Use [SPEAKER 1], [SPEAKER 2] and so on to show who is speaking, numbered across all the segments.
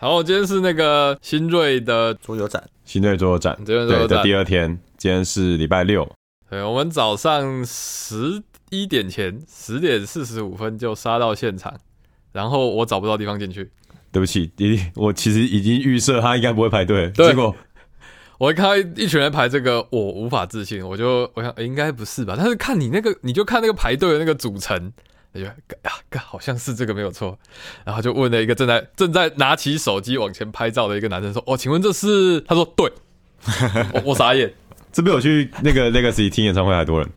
[SPEAKER 1] 然后今天是那个新锐的，
[SPEAKER 2] 桌游展，
[SPEAKER 3] 新锐桌游展，
[SPEAKER 1] 新锐桌游
[SPEAKER 3] 对，
[SPEAKER 1] 展
[SPEAKER 3] 在第二天，今天是礼拜六，
[SPEAKER 1] 对，我们早上十一点前，十点四十五分就杀到现场，然后我找不到地方进去，
[SPEAKER 3] 对不起，弟弟， 我其实已经预设他应该不会排队，
[SPEAKER 1] 对
[SPEAKER 3] 结果
[SPEAKER 1] 我一看到一群人排这个，我无法置信，我就我想、诶应该不是吧？但是看你那个，你就看那个排队的那个组成，我就啊，干好像是这个没有错。然后就问了一个正在正在拿起手机往前拍照的一个男生说：“哦，请问这是？”他说：“对。 我”我傻眼。
[SPEAKER 3] 这比我去那个 Legacy 听演唱会还多人，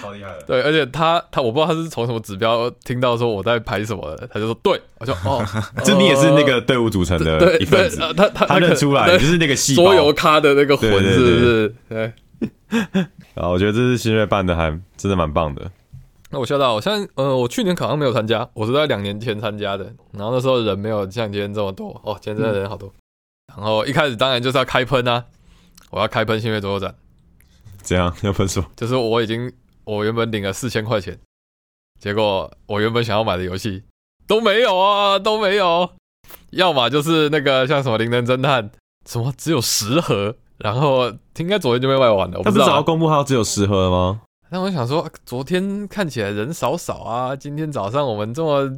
[SPEAKER 3] 超厉害的。，
[SPEAKER 1] 对，而且他他我不知道他是从什么指标听到说我在排什么的，他就说：“对。”我就哦
[SPEAKER 3] 就你也是那
[SPEAKER 1] 呃
[SPEAKER 3] 个队伍组成的
[SPEAKER 1] 对
[SPEAKER 3] 一份子
[SPEAKER 1] 对，呃他他
[SPEAKER 3] 他
[SPEAKER 1] 那
[SPEAKER 3] 认
[SPEAKER 1] 个
[SPEAKER 3] 出来
[SPEAKER 1] 对
[SPEAKER 3] 就是那个细胞
[SPEAKER 1] 桌。游咖的那个魂，
[SPEAKER 3] 对对
[SPEAKER 1] 是不是？对。
[SPEAKER 3] 啊，我觉得这次新锐办的还真的蛮棒的。
[SPEAKER 1] 那我吓到，我现在呃，我去年考上没有参加，我是在两年前参加的，然后那时候人没有像今天这么多哦，今天真的人好
[SPEAKER 3] 嗯
[SPEAKER 1] 多。然后一开始当然就是要开喷啊，我要开喷新月左右展，
[SPEAKER 3] 这样 要分手，
[SPEAKER 1] 就是我已经我原本领了四千块钱，结果我原本想要买的游戏都没有啊，都没有，要么就是那个像什么灵能侦探，什么只有十盒，然后应该昨天就被卖完了，我不
[SPEAKER 3] 他不
[SPEAKER 1] 知
[SPEAKER 3] 是
[SPEAKER 1] 道
[SPEAKER 3] 早
[SPEAKER 1] 啊
[SPEAKER 3] 要公布他只有十盒了吗？
[SPEAKER 1] 那我想说，啊昨天看起来人少少啊，今天早上我们这么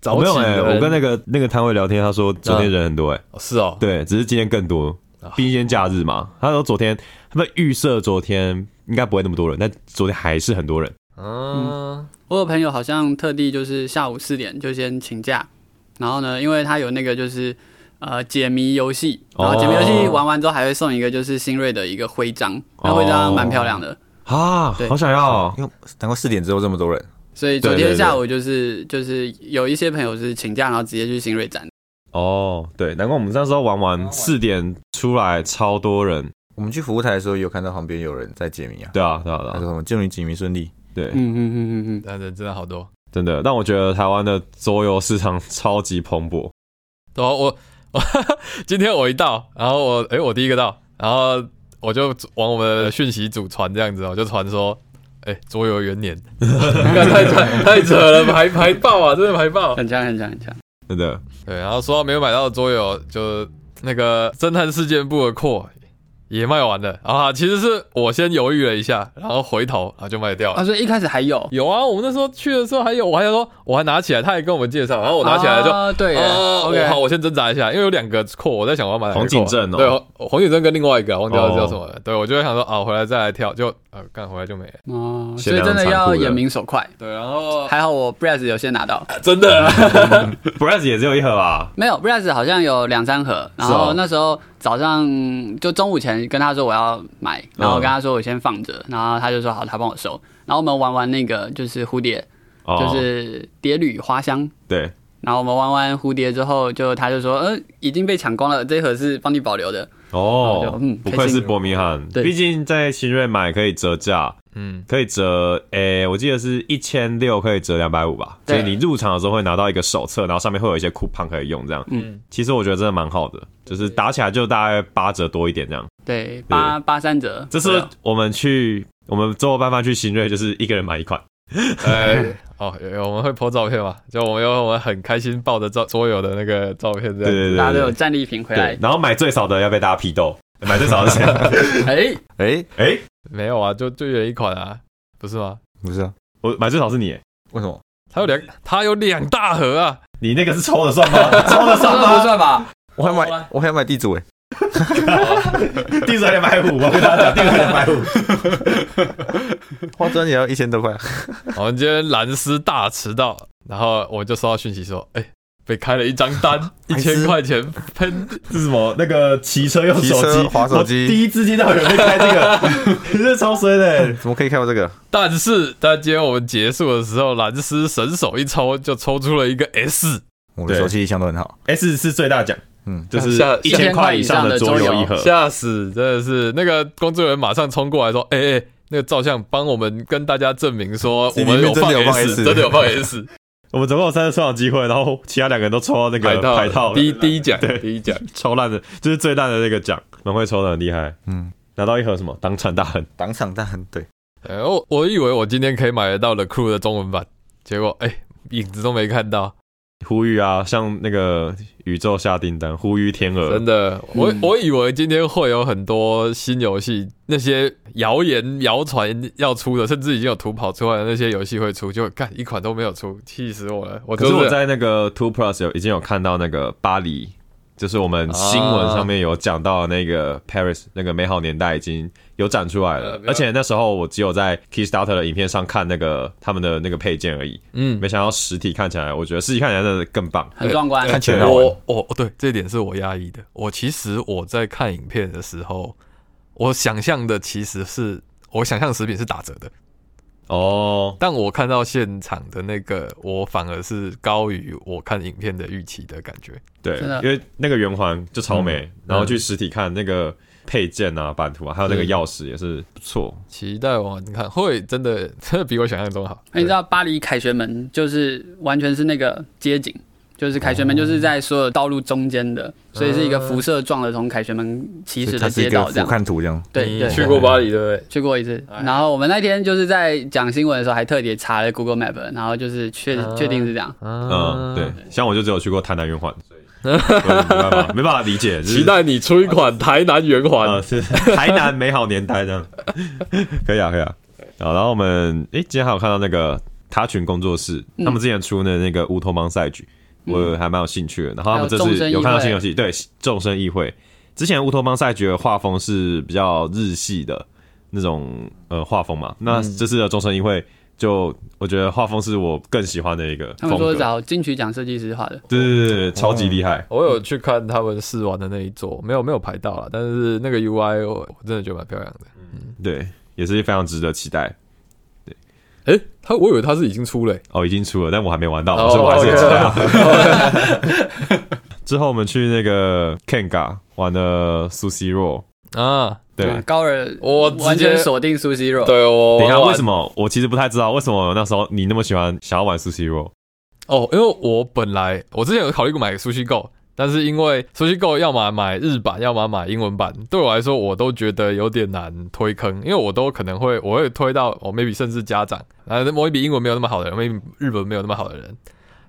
[SPEAKER 1] 早
[SPEAKER 3] 我没
[SPEAKER 1] 起
[SPEAKER 3] 有
[SPEAKER 1] 的
[SPEAKER 3] 哎、
[SPEAKER 1] 人、
[SPEAKER 3] 我跟那个那个摊位聊天，他说昨天人很多哎、
[SPEAKER 1] 哦是哦，
[SPEAKER 3] 对，只是今天更多
[SPEAKER 1] 啊，
[SPEAKER 3] 毕竟今天假日嘛。他说昨天他们预设昨天应该不会那么多人，但昨天还是很多人。
[SPEAKER 1] 嗯，
[SPEAKER 4] 我有朋友好像特地就是下午四点就先请假，然后呢，因为他有那个就是呃解谜游戏，然后解谜游戏
[SPEAKER 3] 哦
[SPEAKER 4] 玩完之后还会送一个就是新锐的一个徽章，那徽章蛮漂亮的。
[SPEAKER 3] 啊，
[SPEAKER 4] 对
[SPEAKER 3] 好想要、哦！
[SPEAKER 2] 因为难怪四点之后这么多人，
[SPEAKER 4] 所以昨
[SPEAKER 3] 对对
[SPEAKER 4] 天
[SPEAKER 3] 对
[SPEAKER 4] 下午就是就是有一些朋友是请假，然后直接去新锐展。
[SPEAKER 3] 哦，对，难怪我们那时候玩完四点出来超多人，
[SPEAKER 2] 我们去服务台的时候有看到旁边有人在解谜啊，
[SPEAKER 3] 对啊，对啊，
[SPEAKER 2] 他说
[SPEAKER 3] 对啊，
[SPEAKER 2] 什么“祝你解谜顺利
[SPEAKER 3] 对，
[SPEAKER 4] 嗯嗯嗯嗯嗯，
[SPEAKER 1] 但人真的好多。
[SPEAKER 3] 真的。但我觉得台湾的桌游市场超级蓬勃，
[SPEAKER 1] 对啊，我 我今天我一到，然后我诶、我第一个到，然后我就往我们的讯息组传这样子哦，我就传说。哎、桌游元年，干太扯 太扯了，排排爆啊，真的排爆！
[SPEAKER 4] 嗯 很强很强很强。
[SPEAKER 3] 真的。
[SPEAKER 1] 对，然后说到没有买到的桌游，就那个《侦探事件簿》的扩也卖完了啊。其实是我先犹豫了一下，然后回头然后就卖掉了。
[SPEAKER 4] 啊，所以一开始还有，
[SPEAKER 1] 有啊，我们那时候去的时候还有，我还想说我还拿起来，他也跟我们介绍，然后我拿起来就。
[SPEAKER 4] 啊对耶
[SPEAKER 1] 哦
[SPEAKER 4] ，OK，
[SPEAKER 1] 我好，我先挣扎一下，因为有两个扩，我在想我要买哪个
[SPEAKER 3] 黄
[SPEAKER 1] 扩
[SPEAKER 3] 景正哦
[SPEAKER 1] 对，黄黄景正跟另外一个忘掉了
[SPEAKER 3] 哦
[SPEAKER 1] 叫什么了，对我就会想说啊，我回来再来挑，就呃，干回来就没了。
[SPEAKER 4] 哦，
[SPEAKER 3] 血
[SPEAKER 4] 所以
[SPEAKER 3] 量
[SPEAKER 4] 真的
[SPEAKER 3] 残
[SPEAKER 4] 要
[SPEAKER 3] 酷的
[SPEAKER 4] 眼明手快。
[SPEAKER 1] 对，然后
[SPEAKER 4] 还好我 Braz 有先拿到，
[SPEAKER 1] 真的
[SPEAKER 3] Brass 也只有一盒啊吧？
[SPEAKER 4] 没有 Braz 好像有两三盒，然
[SPEAKER 3] 是
[SPEAKER 4] 后
[SPEAKER 3] 哦
[SPEAKER 4] 那时候早上就中午前跟他说我要买，然后我跟他说我先放着，然后他就说好，他帮我收。然后我们玩完那个就是蝴蝶，
[SPEAKER 3] 哦，
[SPEAKER 4] 就是蝶旅花香。
[SPEAKER 3] 对，
[SPEAKER 4] 然后我们玩完蝴蝶之后，就他就说，呃，已经被抢光了，这一盒是帮你保留的。然
[SPEAKER 3] 哦
[SPEAKER 4] 后就嗯，
[SPEAKER 3] 不
[SPEAKER 4] 开
[SPEAKER 3] 愧
[SPEAKER 4] 心
[SPEAKER 3] 是伯明翰，
[SPEAKER 4] 对
[SPEAKER 3] 毕竟在新锐买可以折价，
[SPEAKER 1] 嗯，
[SPEAKER 3] 可以折，诶、我记得是一千六可以折两百五吧，所
[SPEAKER 4] 对
[SPEAKER 3] 以你入场的时候会拿到一个手册，然后上面会有一些 coupon 可以用，这样，
[SPEAKER 4] 嗯
[SPEAKER 3] 嗯，其实我觉得真的蛮好的，就是打起来就大概八折多一点这样。
[SPEAKER 4] 对，八八三折。
[SPEAKER 3] 这
[SPEAKER 4] 对
[SPEAKER 3] 是
[SPEAKER 4] 啊
[SPEAKER 3] 我们去我们周末办饭去新锐，就是一个人买一款，
[SPEAKER 1] 哎，哦，有有我们会 po 照片嘛？就我们有我们很开心抱着照桌游的那个照片这
[SPEAKER 3] 对
[SPEAKER 1] 样。
[SPEAKER 3] 对对
[SPEAKER 4] 大家都有
[SPEAKER 3] 对
[SPEAKER 4] 战利品回来
[SPEAKER 3] 对，。然后买最少的要被大家批斗，买最少的是谁？
[SPEAKER 4] 哎，”。
[SPEAKER 2] 哎，
[SPEAKER 3] 哎、
[SPEAKER 1] 没有啊，就就有一款啊，不是吗？
[SPEAKER 2] 不是啊，
[SPEAKER 3] 我买最少是你，
[SPEAKER 2] 为什么？
[SPEAKER 1] 它有两，它有两大盒 啊。
[SPEAKER 3] 你那个是抽的算 吗？抽的
[SPEAKER 4] 这
[SPEAKER 3] 算
[SPEAKER 4] 算不
[SPEAKER 3] 吗？
[SPEAKER 4] 算吧？
[SPEAKER 2] 我还
[SPEAKER 1] 我来
[SPEAKER 2] 买，我还买地主 哎，
[SPEAKER 3] 地主还得买五，我跟大家讲，地主还得买五。
[SPEAKER 2] 化妆也要一千多块啊，
[SPEAKER 1] 我们今天蓝斯大迟到，然后我就收到讯息说，哎、被开了一张 单，一
[SPEAKER 2] 还
[SPEAKER 1] 千
[SPEAKER 2] 是
[SPEAKER 1] 块钱喷。
[SPEAKER 3] 是什么？那个骑车用手
[SPEAKER 2] 骑
[SPEAKER 3] 机
[SPEAKER 2] 车滑手机
[SPEAKER 3] 我第一次听到有人会开这 个，你这超衰的欸。
[SPEAKER 2] 怎么可以看到这个？
[SPEAKER 1] 但是，但今天我们结束的时候，蓝斯神手一抽就抽出了一个 S，
[SPEAKER 2] 我的
[SPEAKER 3] 对
[SPEAKER 2] 手气一向都很好，
[SPEAKER 3] S 是最大奖，
[SPEAKER 2] 嗯，
[SPEAKER 3] 就是
[SPEAKER 1] 下
[SPEAKER 3] 一千块以上的桌游一盒。
[SPEAKER 1] 吓死！真的是那个工作人员马上冲过来说，哎、哎、那个照相帮我们跟大家证明说，我
[SPEAKER 2] 里
[SPEAKER 1] 们
[SPEAKER 2] 面
[SPEAKER 1] 放
[SPEAKER 2] 真的有放
[SPEAKER 1] S，
[SPEAKER 2] S
[SPEAKER 1] 真的有放 S，
[SPEAKER 3] 我们总共有三次抽奖机会，然后其他两个人都抽到那
[SPEAKER 1] 排
[SPEAKER 3] 个
[SPEAKER 1] 到
[SPEAKER 3] 牌套了，
[SPEAKER 1] 第一第一奖，
[SPEAKER 3] 对
[SPEAKER 1] 第一奖。
[SPEAKER 3] 超烂的，就是最烂的那个奖，蛮会抽的，很厉害。
[SPEAKER 2] 嗯，
[SPEAKER 3] 拿到一盒什么党产大亨，
[SPEAKER 2] 挡场大亨，对，
[SPEAKER 1] 哎、我我以为我今天可以买得到 The Crew 的中文版，结果哎、影子都没看到。
[SPEAKER 3] 呼吁啊，像那个宇宙下订单，呼吁天鹅
[SPEAKER 1] 真，的，我我以为今天会有很多新游戏，那些谣言谣传要出的，甚至已经有图跑出来的那些游戏会出，就干一款都没有出，气死我了！我
[SPEAKER 3] 可
[SPEAKER 1] 就是
[SPEAKER 3] 我在那个 Two Plus 有已经有看到那个巴黎，就是我们新闻上面有讲到那个 Paris 那个美好年代已经有展出来
[SPEAKER 1] 呃
[SPEAKER 3] 了
[SPEAKER 1] 没，有
[SPEAKER 3] 而且那时候我只有在 Kickstarter 的影片上看那个他们的那个配件而已，
[SPEAKER 1] 嗯，
[SPEAKER 3] 没想到实体看起来，我觉得实体看起来真的更棒。
[SPEAKER 4] 很壮观。
[SPEAKER 2] 看起来很好玩
[SPEAKER 1] 我我哦对这一点是我压抑的。我其实我在看影片的时候，我想象的其实是我想象的食品是打折的，
[SPEAKER 3] 哦，
[SPEAKER 1] 但我看到现场的那个，我反而是高于我看影片的预期的感觉。
[SPEAKER 3] 对，
[SPEAKER 4] 真的
[SPEAKER 3] 因为那个圆环就超
[SPEAKER 1] 嗯
[SPEAKER 3] 美，然后去实体看那个配件啊、版图啊，还有那个
[SPEAKER 1] 是
[SPEAKER 3] 钥匙也是不错。
[SPEAKER 1] 期待玩玩看，会真的真的比我想象中好。
[SPEAKER 3] 哎
[SPEAKER 4] 那哎你知道巴黎凯旋门就是完全是那个街景，就是凯旋门就是在所有道路中间的，所以是一个辐射状的从凯旋门起始
[SPEAKER 2] 它
[SPEAKER 4] 的
[SPEAKER 2] 是一
[SPEAKER 4] 街
[SPEAKER 2] 个
[SPEAKER 4] 道
[SPEAKER 2] 俯
[SPEAKER 4] 这样。
[SPEAKER 2] 瞰图这样。
[SPEAKER 4] 对对，
[SPEAKER 1] 你去过巴黎对不对？
[SPEAKER 4] 去过一次，
[SPEAKER 1] 哎
[SPEAKER 4] 然后我们那天就是在讲新闻的时候，还特别查了 Google Map，然后就是确
[SPEAKER 1] 啊
[SPEAKER 4] 确定是这样。
[SPEAKER 3] 嗯，
[SPEAKER 1] 嗯，
[SPEAKER 3] 对，像我就只有去过台南圆环，所以 所以没办法，没办法理解。就是
[SPEAKER 1] 期待你出一款台南圆环
[SPEAKER 3] 呃，。是 台南美好年代这样， 可以啊，可以啊。好，然后我们诶、今天还有看到那个他群工作室，
[SPEAKER 4] 嗯
[SPEAKER 3] 他们之前出的那个乌托邦赛局，我还蛮有兴趣的。然后他们这
[SPEAKER 4] 还有众
[SPEAKER 3] 次
[SPEAKER 4] 生
[SPEAKER 3] 有看到
[SPEAKER 4] 议会
[SPEAKER 3] 新游戏，对，众生议会。之前乌托邦赛局的画风是比较日系的那种呃画风嘛，那
[SPEAKER 4] 嗯
[SPEAKER 3] 这次的众生议会就我觉得画风是我更喜欢的一个
[SPEAKER 4] 他
[SPEAKER 3] 风
[SPEAKER 4] 们说哦
[SPEAKER 3] 格，
[SPEAKER 4] 找金曲奖设计师画的，
[SPEAKER 3] 对对对对，超级厉害。
[SPEAKER 1] 我有去看他们试玩的那一座，没有没有排到了，但是那个 UI 我我真的觉得蛮漂亮的。
[SPEAKER 3] 对，也是非常值得期待。
[SPEAKER 1] 诶、他我以为他是已经出了、欸，
[SPEAKER 3] 哦，已经出了，但我还没玩到，
[SPEAKER 1] 哦
[SPEAKER 3] 所以我还是很期待。
[SPEAKER 1] OK
[SPEAKER 3] 之后我们去那个 Kenga 玩了 Sushi Roll，
[SPEAKER 1] 啊，
[SPEAKER 3] 对。
[SPEAKER 4] 嗯高尔
[SPEAKER 1] 我直接
[SPEAKER 4] 完全锁定 Sushi Roll。
[SPEAKER 1] 对我
[SPEAKER 3] 等一下，为
[SPEAKER 1] 么？
[SPEAKER 3] 什么我其实不太知道为什么那时候你那么喜欢想要玩 Sushi Roll？
[SPEAKER 1] 哦，因为我本来我之前有考虑过买 Sushi Go，但是因为 Sushi Go 要么买日版，要么买英文版，对我来说我都觉得有点难推坑，因为我都可能会我会推到哦 maybe 甚至家长，啊 maybe 英文没有那么好的人，maybe 日本没有那么好的人，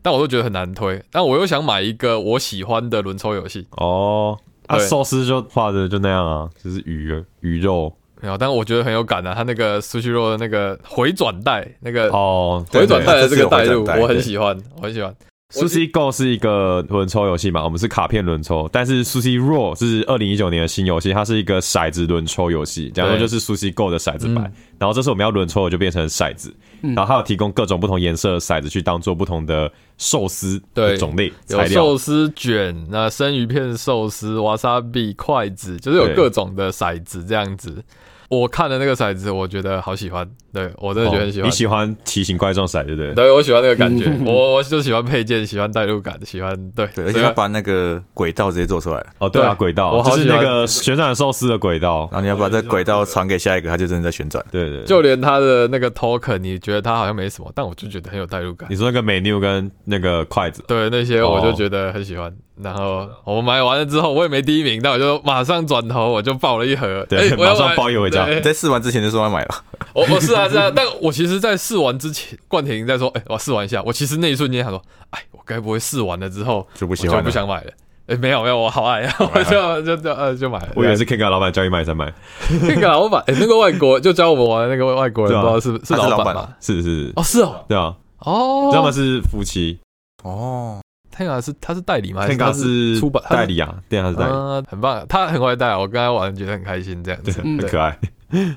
[SPEAKER 1] 但我都觉得很难推。但我又想买一个我喜欢的轮抽游戏，
[SPEAKER 3] 哦，啊，
[SPEAKER 1] 对
[SPEAKER 3] 寿司就画的就那样啊，就是鱼鱼肉
[SPEAKER 1] 没有，但我觉得很有感啊，他那个 Sushi Roll 的那个回转带那个。
[SPEAKER 3] 哦。
[SPEAKER 1] 回转带的这个带
[SPEAKER 2] 对
[SPEAKER 1] 路，
[SPEAKER 2] 对对
[SPEAKER 1] 我很喜欢，我很喜欢。
[SPEAKER 3] Sushi Go 是一个轮抽游戏嘛，我们是卡片轮抽，但是 Sushi Roll 是二零一九年的新游戏，它是一个骰子轮抽游戏，假如说
[SPEAKER 1] 对
[SPEAKER 3] 就是 Sushi Go 的骰子版
[SPEAKER 1] 嗯。
[SPEAKER 3] 然后这次我们要轮抽的就变成骰子，然后它有提供各种不同颜色的骰子去当做不同的寿司的
[SPEAKER 1] 对
[SPEAKER 3] 种类
[SPEAKER 1] 有
[SPEAKER 3] 材料
[SPEAKER 1] 寿。司卷、那生鱼片寿司、瓦萨比筷子，就是有
[SPEAKER 3] 对
[SPEAKER 1] 各种的骰子这样子。我看了那个骰子，我觉得好喜欢，对我真的觉得很喜
[SPEAKER 3] 哦
[SPEAKER 1] 欢。
[SPEAKER 3] 你喜嗯欢奇形怪状骰，对不对？
[SPEAKER 1] 对我喜欢那个感觉，我我就喜欢配件，喜欢代入感，喜欢对
[SPEAKER 2] 对，而啊
[SPEAKER 1] 所
[SPEAKER 2] 且
[SPEAKER 1] 以
[SPEAKER 2] 他把那个轨道直接做出来，
[SPEAKER 3] 哦，对啊，
[SPEAKER 1] 对
[SPEAKER 3] 轨道
[SPEAKER 1] 我好
[SPEAKER 3] 就是
[SPEAKER 1] 喜欢
[SPEAKER 3] 那个旋转寿司的轨道
[SPEAKER 2] 然。后你要把这轨道传给下一个，它就真的在旋转。
[SPEAKER 3] 对对，
[SPEAKER 1] 就连他的那个 token，你觉得他好像没什么，但我就觉得很有代入感
[SPEAKER 3] 你。说那个 menu 跟那个筷子，
[SPEAKER 1] 对那些
[SPEAKER 3] 哦
[SPEAKER 1] 我就觉得很喜欢。然后我买完了之后，我也没第一名，但我就马上转头，我就抱了一盒，
[SPEAKER 3] 对
[SPEAKER 1] 哎我要
[SPEAKER 3] 马上
[SPEAKER 1] 买
[SPEAKER 3] 抱一盒回家
[SPEAKER 1] 对
[SPEAKER 2] 你在试完之前就说要买了，
[SPEAKER 1] 我我是啊是 啊，但我其实，在试完之前，冠廷在说：“哎、我试玩一下。”我其实那一瞬间想说：“哎，我该不会试完了之后
[SPEAKER 2] 就不
[SPEAKER 1] 我
[SPEAKER 2] 喜
[SPEAKER 1] 就
[SPEAKER 2] 欢
[SPEAKER 1] 不
[SPEAKER 2] 了。
[SPEAKER 1] 想买了？”哎、没有没有，我好爱啊， 我就就就呃就买了。
[SPEAKER 3] 我以为是 K 哥老板叫你买才买，
[SPEAKER 1] 那个老板，哎、那个外国就教我们玩的那个外国人，
[SPEAKER 3] 对啊
[SPEAKER 1] 不知道是
[SPEAKER 2] 他是
[SPEAKER 1] 老
[SPEAKER 2] 老
[SPEAKER 1] 板
[SPEAKER 2] 板
[SPEAKER 1] 吧？
[SPEAKER 3] 是是，
[SPEAKER 1] 哦，是哦，
[SPEAKER 3] 对啊，
[SPEAKER 1] 哦，
[SPEAKER 3] 他们是夫妻
[SPEAKER 2] 哦，
[SPEAKER 1] 天啊，是他是代理吗？还
[SPEAKER 3] ，K
[SPEAKER 1] 是
[SPEAKER 3] 哥
[SPEAKER 1] 他
[SPEAKER 3] 是
[SPEAKER 1] 出版
[SPEAKER 3] 代？理啊，对，他是
[SPEAKER 1] 他
[SPEAKER 3] 代
[SPEAKER 1] 是
[SPEAKER 3] 理，
[SPEAKER 1] 嗯，很棒，他很会带啊，我跟他玩觉得很开心，这样
[SPEAKER 3] 对，
[SPEAKER 1] 子。
[SPEAKER 4] 嗯
[SPEAKER 3] 很可爱。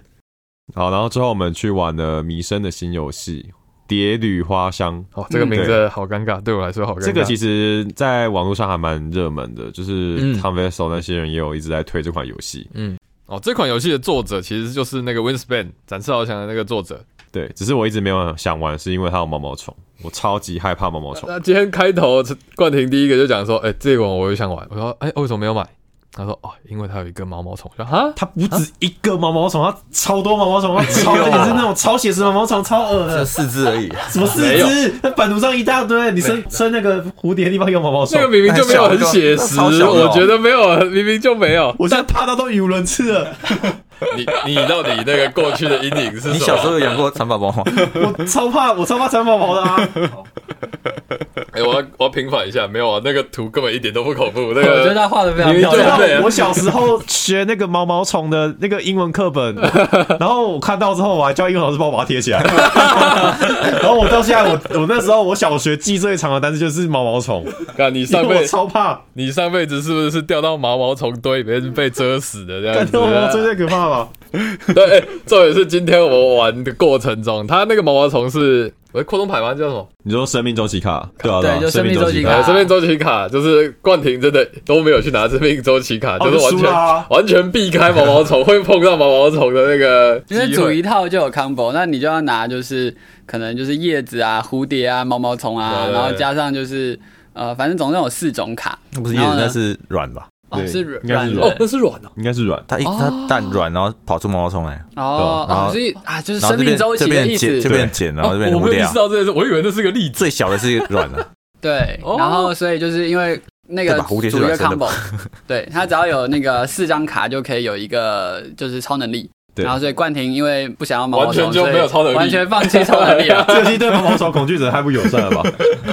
[SPEAKER 3] 好，然后之后我们去玩了迷生的新游戏《蝶旅花香》，
[SPEAKER 1] 哦，这个
[SPEAKER 4] 嗯
[SPEAKER 1] 名字
[SPEAKER 3] 对
[SPEAKER 1] 好尴尬，对我来说好尴尬。
[SPEAKER 3] 这个其实在网络上还蛮热门的，就是
[SPEAKER 1] 嗯
[SPEAKER 3] Converso 那些人也有一直在推这款游戏。
[SPEAKER 1] 嗯，哦，这款游戏的作者其实就是那个 Winspan 展翅翱翔的那个作者。
[SPEAKER 3] 对，只是我一直没有想玩，是因为它有毛毛虫，我超级害怕毛毛虫。
[SPEAKER 1] 那今天开头，冠廷第一个就讲说：“哎、这款我也想玩。”我说：“哎、为什么没有买？”他说：“哦，因为它有一个毛毛虫。”我说：“ 哈，
[SPEAKER 3] 它不止一个毛毛虫，它超多毛毛虫，它超
[SPEAKER 1] 啊
[SPEAKER 2] 哎呦
[SPEAKER 3] 也是那种超写实毛毛虫，超恶
[SPEAKER 2] 这
[SPEAKER 3] 的，
[SPEAKER 2] 四只而已，
[SPEAKER 3] 什么四
[SPEAKER 1] 没有
[SPEAKER 3] 肢，那版图上一大堆。你生生那个蝴蝶的地方有毛毛虫
[SPEAKER 1] 这个，明明就没有很写实，
[SPEAKER 2] 超小的哦
[SPEAKER 1] 我觉得没有，明明就没有。
[SPEAKER 3] 我现在怕到都语无伦次了。
[SPEAKER 1] 你你到底那个过去的阴影是什么？
[SPEAKER 2] 你小时候有养过蚕宝 宝吗？
[SPEAKER 3] 我超怕，我超怕蚕宝宝的啊！
[SPEAKER 1] 哎、我要我要平反一下，没有啊，那个图根本一点都不恐怖，那
[SPEAKER 4] 我
[SPEAKER 1] 个
[SPEAKER 4] 觉得他画的非常
[SPEAKER 1] 你
[SPEAKER 4] 漂
[SPEAKER 1] 对
[SPEAKER 4] 亮。
[SPEAKER 1] 对
[SPEAKER 3] 我小时候学那个毛毛虫的那个英文 课本，然后我看到之后，我还叫英文老师帮我把它贴起来。然后我到现在，我我那时候我小学记最长的单词就是毛毛虫，
[SPEAKER 1] 看你
[SPEAKER 3] 因
[SPEAKER 1] 上
[SPEAKER 3] 为
[SPEAKER 1] 辈
[SPEAKER 3] 我超怕，
[SPEAKER 1] 你上辈子是不是掉到毛毛虫堆里面被蛰死的这样
[SPEAKER 3] 但毛毛虫
[SPEAKER 1] 子？啊
[SPEAKER 3] 最可怕吧？
[SPEAKER 1] 对，哎重点是今天我们玩的过程中，它那个毛毛虫是喂扩充牌吗？叫什么？
[SPEAKER 3] 你说生命周期卡，对啊，
[SPEAKER 4] 对
[SPEAKER 3] 啊
[SPEAKER 4] 就生命周期卡
[SPEAKER 1] 呃，生命周期卡就是冠廷真的都没有去拿生命周期卡，
[SPEAKER 3] 哦
[SPEAKER 1] 就是完
[SPEAKER 3] 就输
[SPEAKER 1] 全、
[SPEAKER 3] 了啊
[SPEAKER 1] 完全避开毛毛虫，会碰到毛毛虫的那个
[SPEAKER 4] 因为
[SPEAKER 1] 机
[SPEAKER 4] 组
[SPEAKER 1] 会。
[SPEAKER 4] 一套就有 combo，那你就要拿就是可能就是叶子啊、蝴蝶啊、毛毛虫
[SPEAKER 1] 对
[SPEAKER 4] 啊，
[SPEAKER 1] 对对
[SPEAKER 4] 然后加上就是呃，反正总共有四种卡。
[SPEAKER 2] 那不是叶子，
[SPEAKER 4] 然后呢
[SPEAKER 2] 那是卵吧？
[SPEAKER 4] 哦，
[SPEAKER 3] 对
[SPEAKER 4] 是
[SPEAKER 3] 应该
[SPEAKER 4] 软
[SPEAKER 3] 是
[SPEAKER 1] 哦
[SPEAKER 4] 的，
[SPEAKER 1] 那是软的、
[SPEAKER 3] 应该是软，
[SPEAKER 2] 它一它蛋卵，然后跑出毛毛虫来，
[SPEAKER 4] 哦
[SPEAKER 2] 对然
[SPEAKER 4] 哦，
[SPEAKER 2] 后
[SPEAKER 4] 所以啊，就是
[SPEAKER 2] 然后这
[SPEAKER 4] 生命
[SPEAKER 2] 边
[SPEAKER 4] 周
[SPEAKER 2] 这
[SPEAKER 4] 期的
[SPEAKER 2] 边
[SPEAKER 4] 意
[SPEAKER 2] 剪，这
[SPEAKER 4] 思。
[SPEAKER 2] 边剪，然后这边
[SPEAKER 1] 哦我
[SPEAKER 2] 糊
[SPEAKER 1] 没有意
[SPEAKER 2] 掉
[SPEAKER 1] 识。到这件事，我以为那是个例子。
[SPEAKER 2] 最小的是卵啊，
[SPEAKER 4] 对，
[SPEAKER 1] 哦
[SPEAKER 4] 然后所以就是因为那个
[SPEAKER 2] 对吧蝴蝶是
[SPEAKER 4] 组一个
[SPEAKER 2] 软生的
[SPEAKER 4] combo，对他只要有那个四张卡就可以有一个就是超能力。
[SPEAKER 3] 对
[SPEAKER 4] 然后所以冠廷因为不想要毛毛虫，
[SPEAKER 1] 完全就没有超能力
[SPEAKER 4] 所以完全放弃超能 力了。
[SPEAKER 3] 这期对毛毛虫恐惧者太不友善了吧？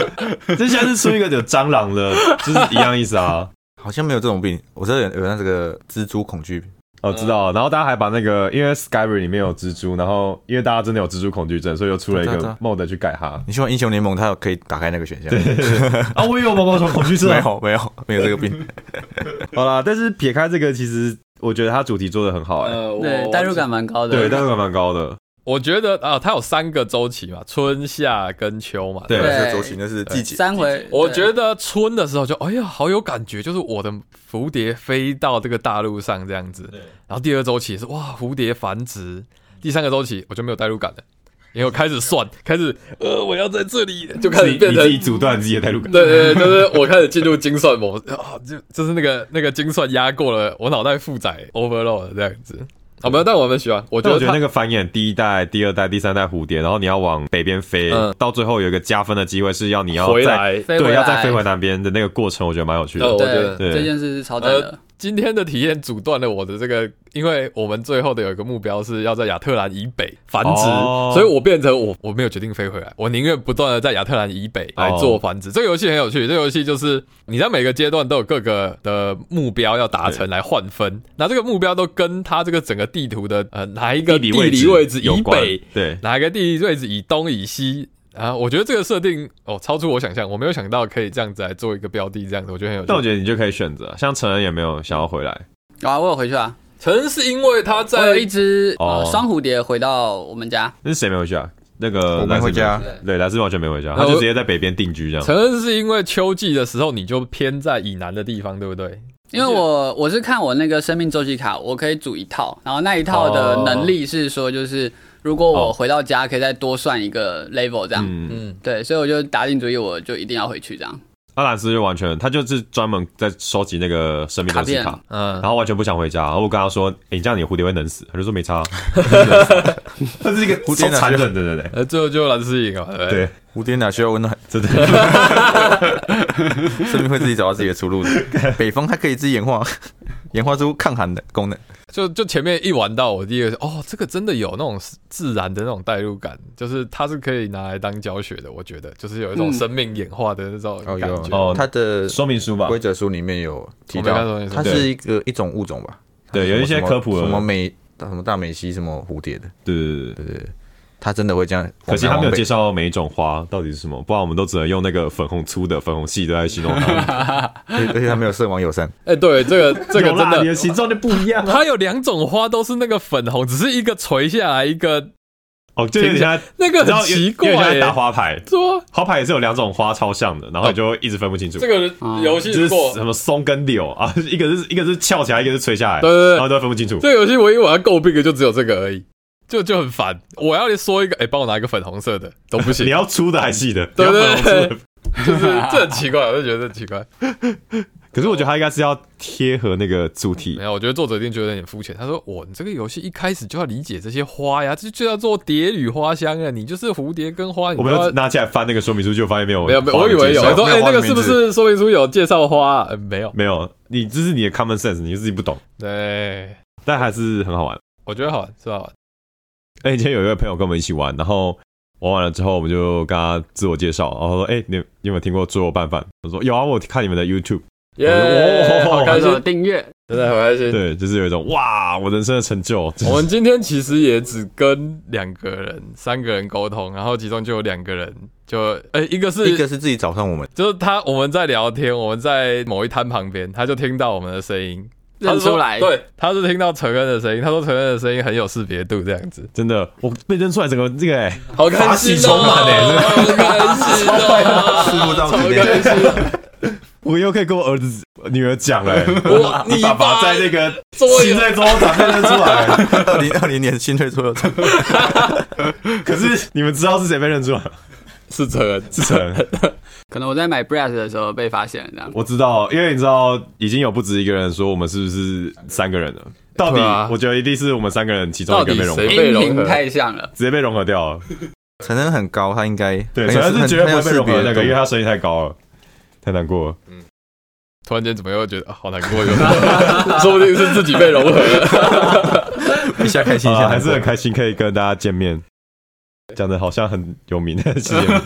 [SPEAKER 3] 这下是出一个有蟑螂的，就是一样意思啊。
[SPEAKER 2] 好像没有这种病。我知道有有那这个蜘蛛恐惧，
[SPEAKER 3] 哦，知道了。然后大家还把那个，因为 Skyrim 里面有蜘蛛，然后因为大家真的有蜘蛛恐惧症，所以又出了一
[SPEAKER 2] 对对
[SPEAKER 3] 个
[SPEAKER 2] 对
[SPEAKER 3] mod 去改它。
[SPEAKER 2] 你希望英雄联盟它有可以打开那个选项？
[SPEAKER 3] 啊，我也有毛毛虫恐惧症
[SPEAKER 2] 没
[SPEAKER 3] 啊。
[SPEAKER 2] 有没有没有这个病，
[SPEAKER 3] 好啦，但是撇开这个，其实我觉得它主题做的很好、欸，
[SPEAKER 1] 呃，我
[SPEAKER 4] 对，代入感蛮高的。
[SPEAKER 3] 对，代入感蛮高的。
[SPEAKER 1] 我觉得啊，它有三个周期嘛，春夏跟秋嘛。
[SPEAKER 3] 对
[SPEAKER 2] 那是
[SPEAKER 4] 对
[SPEAKER 2] 周期，那是季节。
[SPEAKER 4] 三回，
[SPEAKER 1] 我
[SPEAKER 4] 对
[SPEAKER 1] 觉得春的时候就哎呀，好有感觉，就是我的蝴蝶飞到这个大陆上这样子。然后第二周期也是哇，蝴蝶繁殖。第三个周期我就没有代入感了，因为我开始算，开始呃，我要在这里，就开
[SPEAKER 3] 自
[SPEAKER 1] 始
[SPEAKER 3] 己
[SPEAKER 1] 变
[SPEAKER 3] 你
[SPEAKER 1] 成
[SPEAKER 3] 自己阻断自己的代入感。
[SPEAKER 1] 对对对，就是我开始进入精算模式啊，就就是那个那个精算压过了我脑袋负载 overload 这样子。好、没有，但我们喜欢，我觉
[SPEAKER 3] 但
[SPEAKER 1] 得
[SPEAKER 3] 我觉得
[SPEAKER 1] 它
[SPEAKER 3] 那个繁衍第一代、第二代、第三代蝴蝶，然后你要往北边飞，
[SPEAKER 1] 嗯
[SPEAKER 3] 到最后有一个加分的机会是要你要
[SPEAKER 1] 回
[SPEAKER 3] 再
[SPEAKER 1] 来
[SPEAKER 4] 飞回
[SPEAKER 3] 对，要再
[SPEAKER 4] 来
[SPEAKER 3] 飞回南边的那个过程，我觉得蛮有趣的。
[SPEAKER 1] 哦我觉
[SPEAKER 4] 对
[SPEAKER 1] 得
[SPEAKER 3] 对
[SPEAKER 4] 这件事是超
[SPEAKER 1] 呃
[SPEAKER 4] 赞的。
[SPEAKER 1] 今天的体验阻断了我的这个，因为我们最后的有一个目标是要在亚特兰以北繁殖，
[SPEAKER 3] 哦
[SPEAKER 1] 所以我变成我我没有决定飞回来，我宁愿不断的在亚特兰以北来做繁殖。这个游戏很有趣，这个游戏就是你在每个阶段都有各个的目标要达成来换分，那这个目标都跟它这个整个地图的呃哪一个地理位置
[SPEAKER 3] 有
[SPEAKER 1] 以
[SPEAKER 3] 关
[SPEAKER 1] 北，
[SPEAKER 3] 对，
[SPEAKER 1] 哪一个地理位置以东以西。啊，我觉得这个设定哦，超出我想象，我没有想到可以这样子来做一个标的，这样子我觉得很有趣。
[SPEAKER 3] 但我觉得你就可以选择，像成人也没有想要回来，
[SPEAKER 4] 有啊，我有回去啊，
[SPEAKER 1] 城是因为它
[SPEAKER 4] 我
[SPEAKER 1] 在
[SPEAKER 4] 有一只呃
[SPEAKER 3] 哦
[SPEAKER 4] 双蝴蝶回到我们家。
[SPEAKER 3] 那是谁没回去啊？那个
[SPEAKER 2] 我
[SPEAKER 3] 蓝
[SPEAKER 2] 没
[SPEAKER 3] 色
[SPEAKER 2] 回家，
[SPEAKER 3] 对，蓝斯完全没回家，
[SPEAKER 1] 呃
[SPEAKER 3] 他就直接在北边定居这样。
[SPEAKER 1] 承认是因为秋季的时候你就偏在以南的地方，对不对？
[SPEAKER 4] 因为我我是看我那个生命周期卡，我可以组一套，然后那一套的能力是说，就是如果我回到家，可以再多算一个 level 这样。
[SPEAKER 3] 嗯，
[SPEAKER 1] 哦嗯，
[SPEAKER 4] 对，所以我就打定主意，我就一定要回去这样。
[SPEAKER 3] 阿兰斯就完全，啊他就是专门在收集那个生命周期
[SPEAKER 4] 卡
[SPEAKER 3] 卡
[SPEAKER 4] 片，
[SPEAKER 1] 嗯
[SPEAKER 3] 然，后完全不想回家。然后我跟他说：“诶你这样你蝴蝶会冷死。”他就说：“没差啊。”他是一个
[SPEAKER 2] 蝴蝶
[SPEAKER 3] 超残忍的人嘞。
[SPEAKER 1] 呃，最后就蓝斯赢了，对不对？
[SPEAKER 3] 对，
[SPEAKER 2] 蝴蝶哪需要温暖？
[SPEAKER 3] 真的，
[SPEAKER 2] 生命会自己找到自己的出路的。 北风它可以自己演化， 演化出抗寒的功能。
[SPEAKER 1] 就就前面一玩到，我第一个是哦，这个真的有那种自然的那种代入感，就是它是可以拿来当教学的，我觉得就是有一种
[SPEAKER 4] 嗯
[SPEAKER 1] 生命演化的那种感觉。
[SPEAKER 3] 哦
[SPEAKER 2] 它的
[SPEAKER 3] 说明书吧。
[SPEAKER 2] 规则书里面有提
[SPEAKER 1] 我没看说
[SPEAKER 2] 到
[SPEAKER 1] 明，书
[SPEAKER 2] 它是一个一种物种吧？
[SPEAKER 3] 对，有一些
[SPEAKER 2] 什么
[SPEAKER 3] 科普
[SPEAKER 2] 什么
[SPEAKER 3] 的，
[SPEAKER 2] 美什么大美西什么蝴蝶的，
[SPEAKER 3] 对对对对。
[SPEAKER 2] 它真的会这样往南。
[SPEAKER 3] 可惜他没有
[SPEAKER 2] 往北
[SPEAKER 3] 介绍每一种花到底是什么，不然我们都只能用那个粉红粗的、粉红细的来形容 它。
[SPEAKER 2] 而且而且他没有色盲友善，
[SPEAKER 1] 哎、对，这个 这个
[SPEAKER 3] 有啦
[SPEAKER 1] 真
[SPEAKER 3] 你
[SPEAKER 1] 的，
[SPEAKER 3] 的形状就不一样啊。
[SPEAKER 1] 它有两种花都是那个粉红，只是一个垂下来，一个
[SPEAKER 3] 哦，就有点像，
[SPEAKER 1] 那个
[SPEAKER 3] 你知道
[SPEAKER 1] 很奇怪、
[SPEAKER 3] 有有点像
[SPEAKER 1] 欸，
[SPEAKER 3] 打花牌，
[SPEAKER 1] 说
[SPEAKER 3] 花牌也是有两种花超像的，然后你就会一直分不清楚。
[SPEAKER 1] 这个游戏
[SPEAKER 3] 就是
[SPEAKER 1] 如果
[SPEAKER 3] 什么松跟柳啊，一个是一个是翘起来，一个是垂下来，
[SPEAKER 1] 对对对
[SPEAKER 3] 然后都分不清楚。
[SPEAKER 1] 这个游戏唯一我要诟病的就只有这个而已，就就很烦。我要说一个，哎、帮我拿一个粉红色的都不行
[SPEAKER 3] 你，要粗的还细的，
[SPEAKER 1] 对
[SPEAKER 3] 你
[SPEAKER 1] 对
[SPEAKER 3] 要粉红
[SPEAKER 1] 对
[SPEAKER 3] 粗的。
[SPEAKER 1] 就是这很奇怪，我就觉得很奇怪。
[SPEAKER 3] 可是我觉得它应该是要贴合那个主题
[SPEAKER 1] 没，有，我觉得作者一定觉得有点肤浅。他说：“我你这个游戏一开始就要理解这些花呀，这就叫做蝶语花香啊，你就是蝴蝶跟花，你
[SPEAKER 3] 我
[SPEAKER 1] 不
[SPEAKER 3] 们
[SPEAKER 1] 要
[SPEAKER 3] 要拿起来翻那个说明书，就发现没有
[SPEAKER 1] 哎没有没有，我
[SPEAKER 3] 花的
[SPEAKER 1] 以为
[SPEAKER 3] 介
[SPEAKER 1] 有。
[SPEAKER 3] 绍
[SPEAKER 1] 我说
[SPEAKER 2] 没有
[SPEAKER 1] 哎、
[SPEAKER 2] 花
[SPEAKER 1] 那
[SPEAKER 2] 的
[SPEAKER 1] 个是不
[SPEAKER 2] 名
[SPEAKER 1] 是说明书有介绍花、呃没有，
[SPEAKER 3] 没有，你这是你的 common sense，你自己不懂，
[SPEAKER 1] 对，
[SPEAKER 3] 但还是很好玩。
[SPEAKER 1] 我觉得好玩，是吧？
[SPEAKER 3] 哎、以前有一位朋友跟我们一起玩，然后玩完了之后，我们就跟他自我介绍，然后说：“哎、你你有没有听过猪肉拌饭？”我说：“有啊，我看你们的 YouTube。
[SPEAKER 1] 耶、
[SPEAKER 3] 哦
[SPEAKER 1] 好开
[SPEAKER 4] 按
[SPEAKER 1] 心，
[SPEAKER 4] 钮订阅，
[SPEAKER 1] 真的好开”心。
[SPEAKER 3] 对，就是有一种哇，我人生的成就。就是
[SPEAKER 1] 我们今天其实也只跟两个人、三个人沟通，然后其中就有两个人就，哎、一个是
[SPEAKER 2] 一个是自己找上 我们，
[SPEAKER 1] 就是他，我们在聊天，我们在某一摊旁边，他就听到我们的声音，他
[SPEAKER 4] 认
[SPEAKER 1] 是说
[SPEAKER 4] 出来，
[SPEAKER 1] 对，他是听到陈恩的声音，他说陈恩的声音很有识别度，这样子，
[SPEAKER 3] 真的，我被认出来整个这个哎、
[SPEAKER 1] 好开
[SPEAKER 2] 心哦
[SPEAKER 1] 好开心哦，
[SPEAKER 2] 吃不到
[SPEAKER 1] 超
[SPEAKER 2] 之类
[SPEAKER 1] 开
[SPEAKER 2] 的。
[SPEAKER 1] 心，
[SPEAKER 3] 我又可以跟我儿子、女儿讲了、 哎
[SPEAKER 1] 哦我你
[SPEAKER 3] 爸爸
[SPEAKER 1] 爸
[SPEAKER 3] 在那个
[SPEAKER 1] 桌
[SPEAKER 3] 骑在桌上被认出来、
[SPEAKER 2] 二零二零年新推出的，
[SPEAKER 3] 可是你们知道是谁被认出来吗？
[SPEAKER 1] 是陈恩，
[SPEAKER 3] 是陈，
[SPEAKER 4] 可能我在买 Brass 的时候被发现了这样。
[SPEAKER 3] 我知道，因为你知道已经有不止一个人说我们是不是三个人了。到底、
[SPEAKER 1] 对啊
[SPEAKER 3] 我觉得一定是我们三个人其中一个被融合
[SPEAKER 1] 到底，谁被
[SPEAKER 4] 音
[SPEAKER 1] 融合
[SPEAKER 4] 频太像 了，
[SPEAKER 3] 直接被融合掉了。
[SPEAKER 2] 陈恩很高，他应该
[SPEAKER 3] 对，
[SPEAKER 2] 很
[SPEAKER 3] 陈
[SPEAKER 2] 有
[SPEAKER 3] 恩是
[SPEAKER 2] 很
[SPEAKER 3] 绝对
[SPEAKER 2] 很
[SPEAKER 3] 不
[SPEAKER 2] 有
[SPEAKER 3] 会被
[SPEAKER 2] 识
[SPEAKER 3] 融合
[SPEAKER 2] 别
[SPEAKER 3] 那个，因为
[SPEAKER 2] 度
[SPEAKER 3] 他声音太高了，太难过了。
[SPEAKER 1] 突然间怎么又觉得、啊好难过，说不定是自己被融合了。
[SPEAKER 2] 一下开心一
[SPEAKER 3] 好
[SPEAKER 2] 下
[SPEAKER 3] 啦啊还是很
[SPEAKER 2] 难过
[SPEAKER 3] 开心可以跟大家见面，讲的好像很有名，但其实 也没有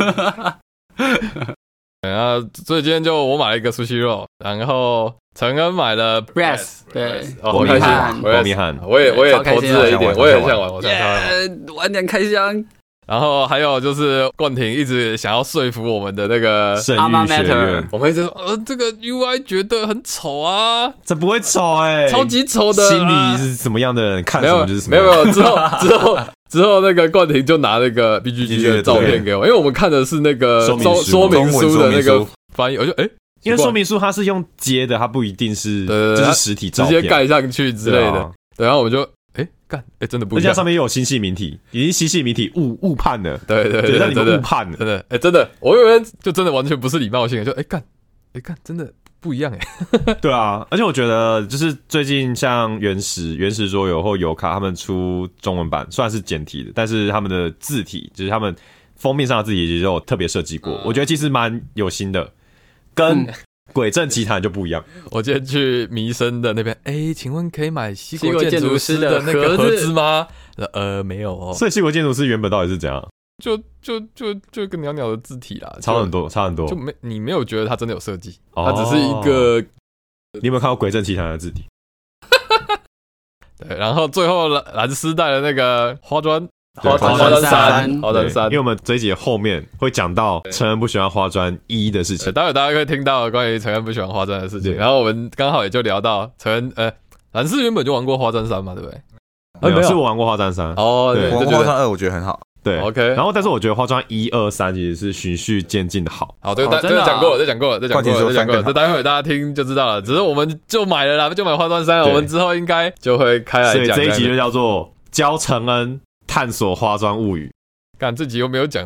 [SPEAKER 1] 然后，所以今天就我买了一个苏西肉，然后陈恩买了
[SPEAKER 4] Brass，对
[SPEAKER 1] 哦，
[SPEAKER 3] 国
[SPEAKER 1] 好
[SPEAKER 3] 民
[SPEAKER 1] 开心
[SPEAKER 4] 汉，
[SPEAKER 1] 我也
[SPEAKER 3] 国民汉
[SPEAKER 1] 我也我也
[SPEAKER 4] 超开
[SPEAKER 1] 投
[SPEAKER 4] 心啊
[SPEAKER 1] 资
[SPEAKER 4] 的
[SPEAKER 1] 了一点，
[SPEAKER 2] 我想玩
[SPEAKER 1] 我也
[SPEAKER 2] 我想
[SPEAKER 1] 想玩，我想玩。
[SPEAKER 4] 耶，晚点开箱。
[SPEAKER 1] 然后还有就是冠廷一直想要说服我们的那个，
[SPEAKER 3] 圣域
[SPEAKER 4] Alma
[SPEAKER 3] 学
[SPEAKER 4] mater
[SPEAKER 3] 院，
[SPEAKER 1] 我们一直说，呃，这个 UI 觉得很丑啊，
[SPEAKER 3] 这不会丑哎、
[SPEAKER 1] 超级丑的，
[SPEAKER 3] 心
[SPEAKER 1] 啊
[SPEAKER 3] 里是什么样的人，看
[SPEAKER 1] 没
[SPEAKER 3] 什
[SPEAKER 1] 有
[SPEAKER 3] 么就是什么
[SPEAKER 1] 没有
[SPEAKER 3] 样
[SPEAKER 1] 没
[SPEAKER 3] 的
[SPEAKER 1] 有，之
[SPEAKER 3] 人。
[SPEAKER 1] 后 之后之后那个冠廷就拿那个 B G G 的照片给我，因为我们看的是那个
[SPEAKER 3] 说明
[SPEAKER 1] 说
[SPEAKER 3] 书
[SPEAKER 1] 说明
[SPEAKER 2] 中文
[SPEAKER 1] 书
[SPEAKER 2] 说
[SPEAKER 1] 的
[SPEAKER 2] 明
[SPEAKER 1] 那个
[SPEAKER 2] 书
[SPEAKER 1] 翻译，我就哎，
[SPEAKER 3] 因
[SPEAKER 1] 奇
[SPEAKER 3] 为
[SPEAKER 1] 怪
[SPEAKER 3] 说明书它是用接的，它不一定是
[SPEAKER 1] 对对
[SPEAKER 3] 就
[SPEAKER 1] 对
[SPEAKER 3] 是实体
[SPEAKER 1] 直
[SPEAKER 3] 照
[SPEAKER 1] 接
[SPEAKER 3] 片
[SPEAKER 1] 盖上去之类
[SPEAKER 3] 对啊
[SPEAKER 1] 的，对然后我们就哎干哎真的不
[SPEAKER 3] 而
[SPEAKER 1] 一
[SPEAKER 3] 且它
[SPEAKER 1] 样
[SPEAKER 3] 上，面又有星系名体，已经星系名体误误判了，
[SPEAKER 1] 对对
[SPEAKER 3] 对，让
[SPEAKER 1] 对
[SPEAKER 3] 你
[SPEAKER 1] 真
[SPEAKER 3] 们误
[SPEAKER 1] 的
[SPEAKER 3] 判了。
[SPEAKER 1] 真的哎真的，我以为就真的完全不是礼貌性的，就哎干哎干真的不一样哎。
[SPEAKER 3] 对啊，而且我觉得就是最近像原始、原始桌游或游卡，他们出中文版虽然是简体的，但是他们的字体就是他们封面上的字体也有特别设计过，
[SPEAKER 1] 嗯
[SPEAKER 3] 我觉得其实蛮有心的，跟《鬼阵奇谭》就不一样。
[SPEAKER 1] 我今天去迷生的那边，哎、请问可以买西
[SPEAKER 4] 西国
[SPEAKER 1] 国
[SPEAKER 4] 建
[SPEAKER 1] 建
[SPEAKER 4] 筑
[SPEAKER 1] 筑
[SPEAKER 4] 师
[SPEAKER 1] 师
[SPEAKER 4] 的
[SPEAKER 1] 的那个
[SPEAKER 4] 盒
[SPEAKER 1] 盒
[SPEAKER 4] 子
[SPEAKER 1] 子吗？呃，没有哦，
[SPEAKER 3] 所以《西国建筑师》原本到底是怎样？
[SPEAKER 1] 就就就就跟鸟鸟的字体啦，
[SPEAKER 3] 差
[SPEAKER 1] 就
[SPEAKER 3] 很，多，差很多
[SPEAKER 1] 就。没你没有觉得它真的有设计，
[SPEAKER 3] 哦
[SPEAKER 1] 它只是一个、
[SPEAKER 3] 你有没有看过《鬼阵奇谭》的字体？
[SPEAKER 1] 对。然后最后蓝蓝斯带的那个花砖，
[SPEAKER 3] 对
[SPEAKER 1] 花
[SPEAKER 3] 花
[SPEAKER 1] 花
[SPEAKER 4] 砖
[SPEAKER 1] 砖
[SPEAKER 4] 山
[SPEAKER 1] 山，花砖
[SPEAKER 3] 对
[SPEAKER 1] 山
[SPEAKER 3] 因为。我们这一节后面会讲到成人不喜欢花砖一的事
[SPEAKER 1] 对
[SPEAKER 3] 情。
[SPEAKER 1] 待会大家会听到关于陈恩不喜欢花砖的事情，
[SPEAKER 3] 对
[SPEAKER 1] 然后我们刚好也就聊到陈恩，呃，蓝斯原本就玩过花砖三嘛，对不对？
[SPEAKER 3] 呃啊没有，
[SPEAKER 1] 没有
[SPEAKER 3] 是我玩过花砖三。
[SPEAKER 1] 哦，
[SPEAKER 3] 对
[SPEAKER 1] 对，就
[SPEAKER 2] 我我
[SPEAKER 1] 觉
[SPEAKER 2] 画
[SPEAKER 1] 得
[SPEAKER 2] 上二，我觉得很好。
[SPEAKER 3] 对
[SPEAKER 1] OK
[SPEAKER 3] 然后但是我觉得花砖一二三其实是循序渐进的好。
[SPEAKER 1] 好，这个
[SPEAKER 4] 哦
[SPEAKER 1] 大
[SPEAKER 4] 真
[SPEAKER 1] 这
[SPEAKER 4] 的啊
[SPEAKER 1] 个讲过了，这讲过了，这讲过了，
[SPEAKER 2] 冠军
[SPEAKER 1] 这
[SPEAKER 2] 说
[SPEAKER 1] 讲过了，这
[SPEAKER 2] 三个
[SPEAKER 1] 待会大家听就知道了。只是我们就买了啦，就买花砖山，
[SPEAKER 3] 对
[SPEAKER 1] 我们之后应该就会开来
[SPEAKER 3] 所以
[SPEAKER 1] 讲。
[SPEAKER 3] 这一集就叫做《教承恩探索花砖物 语
[SPEAKER 1] 干，这集又没有讲，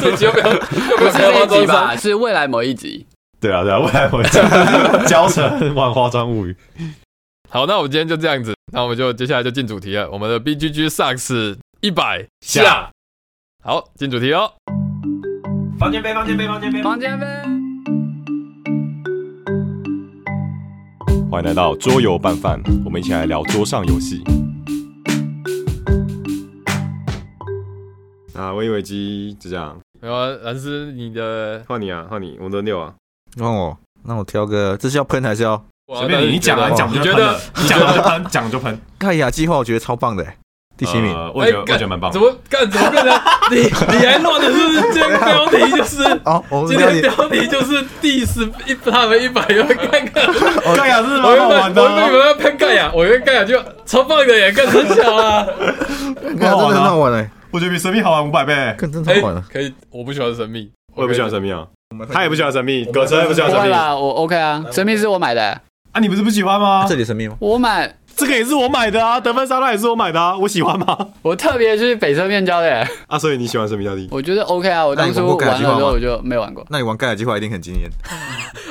[SPEAKER 1] 这集又没有，又没
[SPEAKER 4] 不
[SPEAKER 1] 有
[SPEAKER 4] 是
[SPEAKER 1] 开
[SPEAKER 4] 这
[SPEAKER 1] 花
[SPEAKER 4] 一
[SPEAKER 1] 砖
[SPEAKER 4] 集吧？
[SPEAKER 1] 山。
[SPEAKER 4] 是未来某一集。》。
[SPEAKER 3] 对啊，对啊，未来我讲教承恩玩花砖物语。
[SPEAKER 1] 好，那我们今天就这样子，那我们就接下来就进主题了。我们的 B G G Sucks 一百下，好，进主题哦。
[SPEAKER 3] 房间杯，房间杯，房间杯
[SPEAKER 4] 房间呗。
[SPEAKER 3] 欢迎来到桌游拌饭，我们一起来聊桌上游戏。啊，我以为鸡就这样，
[SPEAKER 1] 然后啊蓝斯，你的
[SPEAKER 3] 换你啊，换你，我们轮流啊。
[SPEAKER 2] 让我让我挑个，这是要喷还是要？
[SPEAKER 3] 随便你，你讲啊，
[SPEAKER 1] 完
[SPEAKER 3] 你讲
[SPEAKER 1] 你
[SPEAKER 3] 就
[SPEAKER 1] 觉
[SPEAKER 3] 喷了
[SPEAKER 1] 得，
[SPEAKER 3] 你讲就喷，讲就喷。
[SPEAKER 2] 盖亚计划我觉得超棒的、欸，第七名。
[SPEAKER 3] 呃我也
[SPEAKER 1] 哎
[SPEAKER 3] 觉得我也觉得蛮棒的
[SPEAKER 1] 怎。么干？怎么变成 你？你还乱的是不是今天标题就是。
[SPEAKER 3] 呃
[SPEAKER 2] 哦，我
[SPEAKER 1] 今
[SPEAKER 2] 了
[SPEAKER 1] 天
[SPEAKER 2] 解，
[SPEAKER 1] 标题就是第十一，他们一百元看看。
[SPEAKER 3] 盖亚是
[SPEAKER 1] 我
[SPEAKER 3] 蛮
[SPEAKER 1] 原
[SPEAKER 3] 好
[SPEAKER 1] 本
[SPEAKER 3] 玩
[SPEAKER 1] 我原
[SPEAKER 3] 的
[SPEAKER 1] 本以
[SPEAKER 3] 哦，
[SPEAKER 1] 为要喷盖亚，我原本盖亚就 超棒的耶，更很小啊。
[SPEAKER 2] 真的很好玩哎、欸，
[SPEAKER 3] 我觉得比神秘 好玩五百倍。
[SPEAKER 2] 更真的
[SPEAKER 1] 哎
[SPEAKER 2] 好玩了、，
[SPEAKER 1] 可以，我不喜欢神秘，
[SPEAKER 3] 我也不喜欢神秘啊，他也不喜欢神秘，葛晨也不喜
[SPEAKER 4] 不
[SPEAKER 3] 欢神
[SPEAKER 4] 会
[SPEAKER 3] 秘。
[SPEAKER 4] 啦，我 OK 啊，神秘是我买的，
[SPEAKER 3] 啊，你不是不喜欢吗
[SPEAKER 1] 哎
[SPEAKER 2] 这？里神秘吗？
[SPEAKER 4] 我买，
[SPEAKER 3] 这个也是我买的啊，得分沙拉也是我买的啊，我喜欢吗？
[SPEAKER 4] 我特别去北侧面交的，
[SPEAKER 3] 啊，所以你喜欢神秘大帝？
[SPEAKER 4] 我觉得 OK 啊。我当
[SPEAKER 2] 那你
[SPEAKER 4] 初
[SPEAKER 2] 玩过
[SPEAKER 4] 玩
[SPEAKER 2] 卡
[SPEAKER 4] 了
[SPEAKER 2] 机
[SPEAKER 4] 之
[SPEAKER 2] 吗
[SPEAKER 4] 后我就没玩过，
[SPEAKER 2] 那你玩盖亚计划一定很惊艳。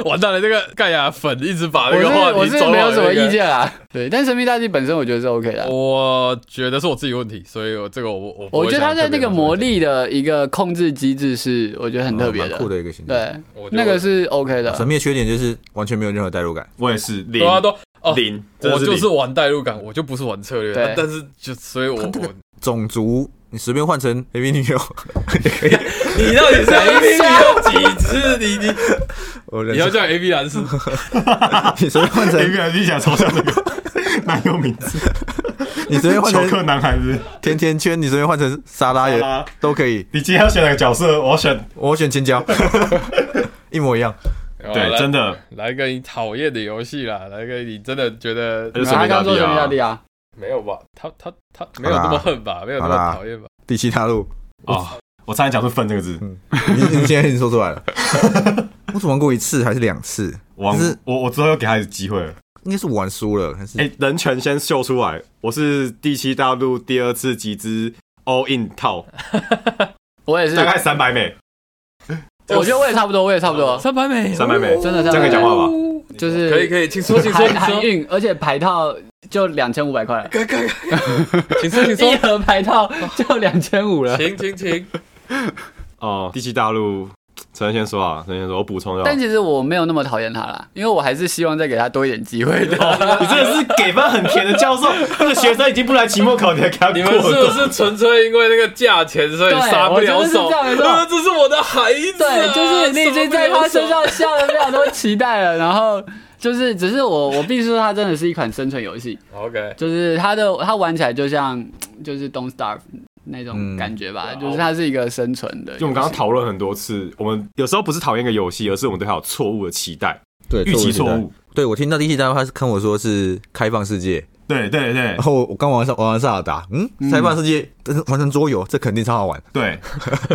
[SPEAKER 1] 完蛋了，这个盖亚粉一直把
[SPEAKER 4] 我
[SPEAKER 1] 那
[SPEAKER 4] 是
[SPEAKER 1] 个话
[SPEAKER 4] 我
[SPEAKER 1] 题
[SPEAKER 4] 是
[SPEAKER 1] 转
[SPEAKER 4] 没有
[SPEAKER 1] 往
[SPEAKER 4] 什么
[SPEAKER 1] 那个
[SPEAKER 4] 意。见啦。 对，但神秘大帝本身我觉得是 OK 的啊。
[SPEAKER 1] 我觉得是我自己问题，所以我这个我我不会
[SPEAKER 4] 我觉得他
[SPEAKER 1] 想
[SPEAKER 4] 的
[SPEAKER 1] 特别
[SPEAKER 4] 那个
[SPEAKER 1] 拿出来
[SPEAKER 4] 魔力的一个控制机制是我觉得很特别
[SPEAKER 2] 蛮
[SPEAKER 4] 的
[SPEAKER 2] 酷，的一个形象。
[SPEAKER 4] 对
[SPEAKER 1] 我，觉得
[SPEAKER 4] 那个是 OK 的。
[SPEAKER 2] 神秘的缺点就是完全没有任何代入感，
[SPEAKER 3] 我也是，
[SPEAKER 1] 讲，对啊，都哦
[SPEAKER 3] 零，真的
[SPEAKER 1] 我就是
[SPEAKER 3] 零
[SPEAKER 1] 玩代入感，我就不是玩策略，
[SPEAKER 4] 对
[SPEAKER 1] 啊但是就所以我
[SPEAKER 2] 他这个
[SPEAKER 1] 我
[SPEAKER 2] 种族，你随便换成 A V 女友，
[SPEAKER 1] 你到底是 A B 有几次？你你
[SPEAKER 2] 我
[SPEAKER 1] 你
[SPEAKER 2] 人
[SPEAKER 1] 要叫 A B 男士，
[SPEAKER 2] 你随便换成
[SPEAKER 5] 你原来哎你想抽象 那个男友名字，
[SPEAKER 2] 你随便换
[SPEAKER 5] 求
[SPEAKER 2] 成
[SPEAKER 5] 克男孩子。
[SPEAKER 2] 甜甜圈，你随便换成沙拉也
[SPEAKER 5] 沙拉
[SPEAKER 2] 都可以。
[SPEAKER 5] 你今天要选哪个角色？我要选
[SPEAKER 2] 我选青椒， 一模一样。
[SPEAKER 3] 对，真
[SPEAKER 1] 的
[SPEAKER 3] 的
[SPEAKER 1] 来个你讨厌的游戏啦，来个你真的觉得
[SPEAKER 3] 那就
[SPEAKER 4] 他刚说什么
[SPEAKER 3] 大
[SPEAKER 4] 压
[SPEAKER 3] 地
[SPEAKER 4] 力啊？
[SPEAKER 1] 没有吧？他他他没有那么恨吧？没有那么讨厌吧？
[SPEAKER 2] 第七大陆，
[SPEAKER 5] 啊，我差点讲出“粪”这个字。
[SPEAKER 2] 你你现在已经说出来了。我只玩过一次还是两次，
[SPEAKER 5] 王
[SPEAKER 2] 就是，
[SPEAKER 5] 我我之后又给他一次机会了。
[SPEAKER 2] 应该是我玩输了，还是、
[SPEAKER 3] 哎，人权先秀出来，我是第七大陆第二次集资 all in 套，
[SPEAKER 4] 我也是
[SPEAKER 3] 大，概三百美，
[SPEAKER 4] 我觉得我也差不多，我也差不多，
[SPEAKER 1] 三百美，
[SPEAKER 3] 三百美，
[SPEAKER 4] 真的
[SPEAKER 3] 这样可以讲话吧？
[SPEAKER 4] 就是
[SPEAKER 1] 可以可以，请说请说
[SPEAKER 4] 含
[SPEAKER 1] 请
[SPEAKER 4] 含
[SPEAKER 1] 说，
[SPEAKER 4] 运，而且排套就两千五百块，
[SPEAKER 1] 请说请
[SPEAKER 4] 一
[SPEAKER 1] 说，
[SPEAKER 4] 盒排套就两千五了。
[SPEAKER 1] 请请请，
[SPEAKER 3] 哦，第七大陆，陈先说啊，陈先说，我补充一下，
[SPEAKER 4] 但其实我没有那么讨厌他啦，因为我还是希望再给他多一点机会的。
[SPEAKER 5] 你真的是给分很甜的教授，这个学生已经不来期末考，你还给他
[SPEAKER 1] 你
[SPEAKER 5] 过
[SPEAKER 1] 们是不是纯粹因为那个价钱所以
[SPEAKER 4] 对
[SPEAKER 1] 撒不了
[SPEAKER 4] 我觉得是
[SPEAKER 1] 手？
[SPEAKER 4] 这样没错
[SPEAKER 1] 呃这是我的孩子啊，
[SPEAKER 4] 对，就是你已经在他身
[SPEAKER 1] 撒不了手。
[SPEAKER 4] 上下了非常多期待了，然后就是只是我我必须说，它真的是一款生存游戏，
[SPEAKER 1] OK，
[SPEAKER 4] 就是它的它玩起来就像就是 Don't Starve 那种感觉吧，就是它是一个生存的游戏。
[SPEAKER 3] 就我们刚刚讨论很多次，我们有时候不是讨厌一个游戏，而是我们对它有错误的期待，
[SPEAKER 2] 对
[SPEAKER 3] 预期错误。。
[SPEAKER 2] 对我听到第七大陆，他是跟我说是开放世界，
[SPEAKER 5] 对对对
[SPEAKER 2] 然后我刚玩上玩完萨尔达，嗯，开放世界，但是完成桌游，这肯定超好玩。
[SPEAKER 5] 对，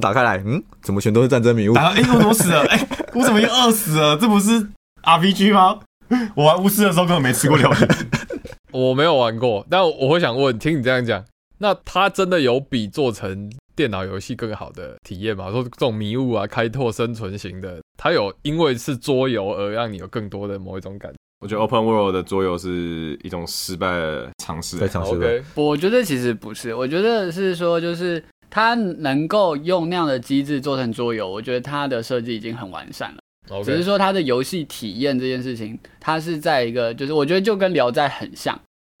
[SPEAKER 2] 打开来，嗯，怎么全都是战争迷雾？
[SPEAKER 5] 然后哎，我怎么死了？哎，我怎么又饿死了？这不是 RPG 吗？我玩巫师的时候根本没吃过料理，
[SPEAKER 1] 我没有玩过，但我会想问，听你这样讲，那他真的有比做成电脑游戏更好的体验吗？我说这种迷雾啊、开拓生存型的，它有因为是桌游而让你有更多的某一种感觉。
[SPEAKER 3] 我觉得 Open World 的桌游是一种失败的尝试
[SPEAKER 2] 在，尝试吧。
[SPEAKER 1] OK，
[SPEAKER 4] 我觉得其实不是，我觉得是说就是它能够用那样的机制做成桌游，我觉得它的设计已经很完善了。只是
[SPEAKER 1] OK，
[SPEAKER 4] 说它的游戏体验这件事情，它是在一个就是我觉得就跟《聊斋》很像，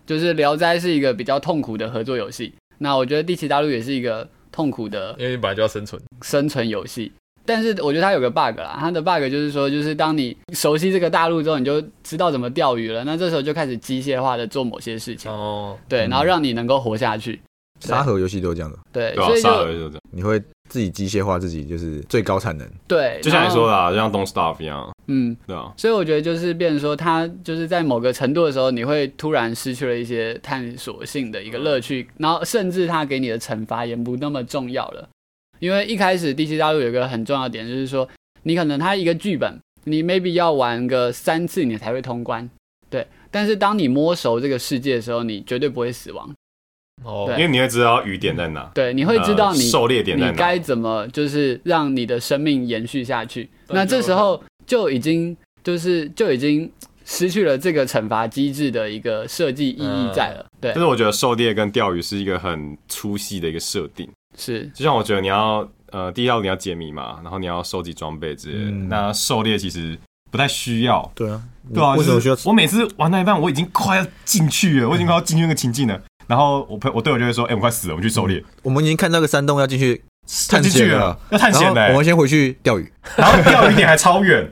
[SPEAKER 4] 就是《聊斋》是一个比较痛苦的合作游戏，那我觉得《第七大陆》也是一个痛苦的
[SPEAKER 1] 因为你本来就要生存。
[SPEAKER 4] 生存游戏。但是我觉得它有个 bug 啦，它的 bug 就是说，就是当你熟悉这个大陆之后，你就知道怎么钓鱼了，那这时候就开始机械化的做某些事情，
[SPEAKER 1] 哦，
[SPEAKER 4] 对，然后让你能够活下去，
[SPEAKER 2] 沙盒游戏都这样的，
[SPEAKER 4] 对，
[SPEAKER 1] 啊
[SPEAKER 3] 对吧
[SPEAKER 4] 所？以
[SPEAKER 3] 萨尔
[SPEAKER 4] 就
[SPEAKER 3] 就是这样，
[SPEAKER 2] 你会自己机械化自己，就是最高产能。
[SPEAKER 4] 对，
[SPEAKER 3] 就像你
[SPEAKER 4] 然
[SPEAKER 3] 说
[SPEAKER 4] 后，
[SPEAKER 3] 的啊，就像 Don't Stop 一样，
[SPEAKER 4] 嗯，
[SPEAKER 3] 对啊，
[SPEAKER 4] 所以我觉得就是变成说，它就是在某个程度的时候，你会突然失去了一些探索性的一个乐趣，然后甚至它给你的惩罚也不那么重要了。因为一开始第七大陆有一个很重要的点，就是说你可能它一个剧本，你 maybe 要玩个三次你才会通关，对。但是当你摸熟这个世界的时候，你绝对不会死亡，
[SPEAKER 1] 哦
[SPEAKER 4] 对
[SPEAKER 3] 因为你会知道雨点在哪，
[SPEAKER 4] 对，你会知道你、
[SPEAKER 3] 呃狩猎点在
[SPEAKER 4] 你
[SPEAKER 3] 哪
[SPEAKER 4] 该，怎么就是让你的生命延续下去？
[SPEAKER 1] 对
[SPEAKER 4] 那这时候就已经就是就已经失去了这个惩罚机制的一个设计意义在了。
[SPEAKER 2] 嗯
[SPEAKER 4] 对
[SPEAKER 3] 但，是我觉得狩猎跟钓鱼是一个很粗细的一个设定。
[SPEAKER 4] 是
[SPEAKER 3] 就像我觉得你要呃，第一要你要解谜嘛，然后你要收集装备之类的。
[SPEAKER 2] 嗯
[SPEAKER 3] 那狩猎其实不太需要，
[SPEAKER 2] 对啊，
[SPEAKER 5] 对啊，
[SPEAKER 2] 为什么需要
[SPEAKER 5] 就是我每次玩到一半，我已经快要进去了，我已经快要进入那个情境了。然后我朋我队友就会说：“哎、我们快死了，我们去狩猎，
[SPEAKER 3] 嗯
[SPEAKER 2] 我们已经看到个山洞要进去探
[SPEAKER 5] 进去
[SPEAKER 2] 险
[SPEAKER 5] 了，要探
[SPEAKER 2] 然后
[SPEAKER 5] 险了、
[SPEAKER 2] 我们先回去钓鱼。
[SPEAKER 5] 然后钓鱼点还超远，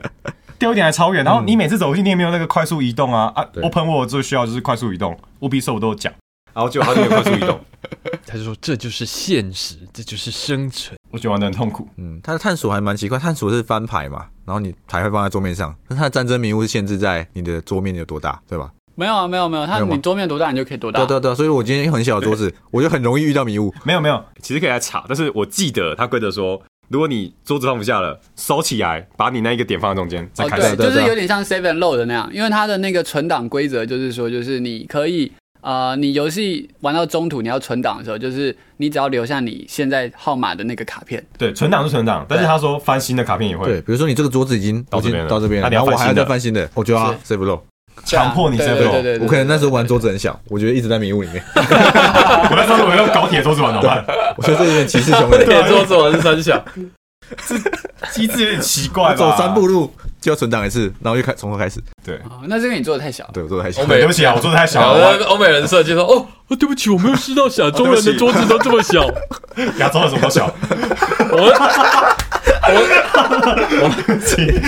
[SPEAKER 5] 钓鱼点还超远。然
[SPEAKER 3] 嗯
[SPEAKER 5] 后你每次走过去，你也没有那个快速移动啊啊
[SPEAKER 2] 对
[SPEAKER 5] ！Open World 最需要就是快速移动，务必我都 有讲。
[SPEAKER 3] 然后就他就有快速移动。
[SPEAKER 1] 他就说这就是现实，这就是生 存。
[SPEAKER 5] 我觉得玩的很痛苦。
[SPEAKER 2] 嗯，它的探索还蛮奇怪，探索是翻牌嘛，然后你牌会放在桌面上，但是它的战争迷雾是限制在你的桌面有多大，对吧？
[SPEAKER 4] 没有啊，没有没有，它
[SPEAKER 2] 没有吗
[SPEAKER 4] 你桌面多大你就可以多
[SPEAKER 2] 对
[SPEAKER 4] 大哦
[SPEAKER 2] 啊。对啊对啊，所以我今天很小的桌子，我就很容易遇到迷雾。
[SPEAKER 5] 没有没有，
[SPEAKER 3] 其实可以来查，但是我记得他规则说，如果你桌子放不下了，收起来，把你那一个点放在中间再
[SPEAKER 4] 哦，
[SPEAKER 3] 开
[SPEAKER 2] 对
[SPEAKER 3] 始。
[SPEAKER 4] 对，
[SPEAKER 2] 对
[SPEAKER 4] 就是
[SPEAKER 2] 对
[SPEAKER 4] 有点像 Seven Low 的那样，因为它的那个存档规则就是说，就是你可以。呃，你游戏玩到中途，你要存档的时候，就是你只要留下你现在号码的那个卡片，
[SPEAKER 5] 对，存档是存档，但是他说翻新的卡片也
[SPEAKER 2] 对，
[SPEAKER 5] 会
[SPEAKER 2] 比如说你这个桌子已经
[SPEAKER 3] 到这边
[SPEAKER 2] 我已经
[SPEAKER 3] 了
[SPEAKER 2] 到这边
[SPEAKER 5] 那
[SPEAKER 2] 了，
[SPEAKER 5] 你要
[SPEAKER 2] 然后我还要再
[SPEAKER 5] 翻
[SPEAKER 2] 翻新的，我觉得啊谁不漏？
[SPEAKER 5] 强迫你
[SPEAKER 4] 对
[SPEAKER 5] save
[SPEAKER 4] 对啊
[SPEAKER 5] row
[SPEAKER 4] 对对对
[SPEAKER 2] 我可能那时候玩桌子很小，我觉得一直在迷雾里面，
[SPEAKER 5] 我那时候我用高铁桌子玩怎么办？
[SPEAKER 2] 我觉得这有点歧视穷人。
[SPEAKER 1] 铁桌子玩三小，
[SPEAKER 5] 机制有点奇怪吧？
[SPEAKER 2] 走三步路，就要存档一次，然后又开从头开始。
[SPEAKER 5] 对
[SPEAKER 4] 哦那这个你做的太小，
[SPEAKER 2] 对我做的还行
[SPEAKER 1] 欧。美
[SPEAKER 5] 对不起啊，我做的太小
[SPEAKER 1] 小
[SPEAKER 5] 了，
[SPEAKER 1] 的欧美人设计说：“哦，对不起，我没有知道亚洲人的桌子都这么小。
[SPEAKER 5] 我亚洲人什么都小，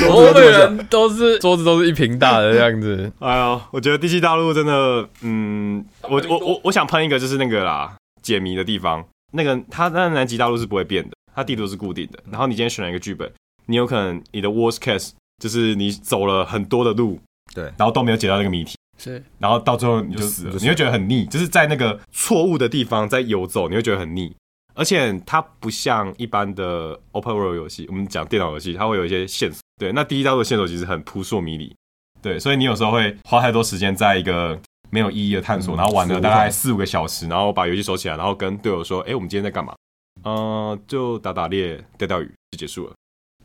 [SPEAKER 1] 欧美人都是桌子都是一平大的这样子。
[SPEAKER 5] 哎呦，我觉得《第七大陆》真的，嗯，我我我我想喷一个，就是那个啦，解谜的地方，那个它那南极大陆是不会变的，它地图是固定的。然后你今天选了一个剧本，你有可能你的 worst case 就是你走了很多的路，
[SPEAKER 2] 对
[SPEAKER 5] 然后都没有解到那个谜题，
[SPEAKER 4] 是
[SPEAKER 5] 然后到最后你就死了，你会觉得很腻，就是在那个错误的地方在游走，你会觉得很腻。而且它不像一般的 open world 呃游戏，我们讲电脑游戏，它会有一些线索。对，那第一道的线索其实很扑朔迷离，对，所以你有时候会花太多时间在一个没有意义的探
[SPEAKER 2] 嗯
[SPEAKER 5] 索，然后玩
[SPEAKER 2] 是
[SPEAKER 5] 了
[SPEAKER 2] 无
[SPEAKER 5] 大
[SPEAKER 2] 法
[SPEAKER 5] 概四五个小时，然后把游戏收起来，然后跟队友说：“哎、我们今天在干嘛？”嗯、就打打猎、钓钓鱼就结束了，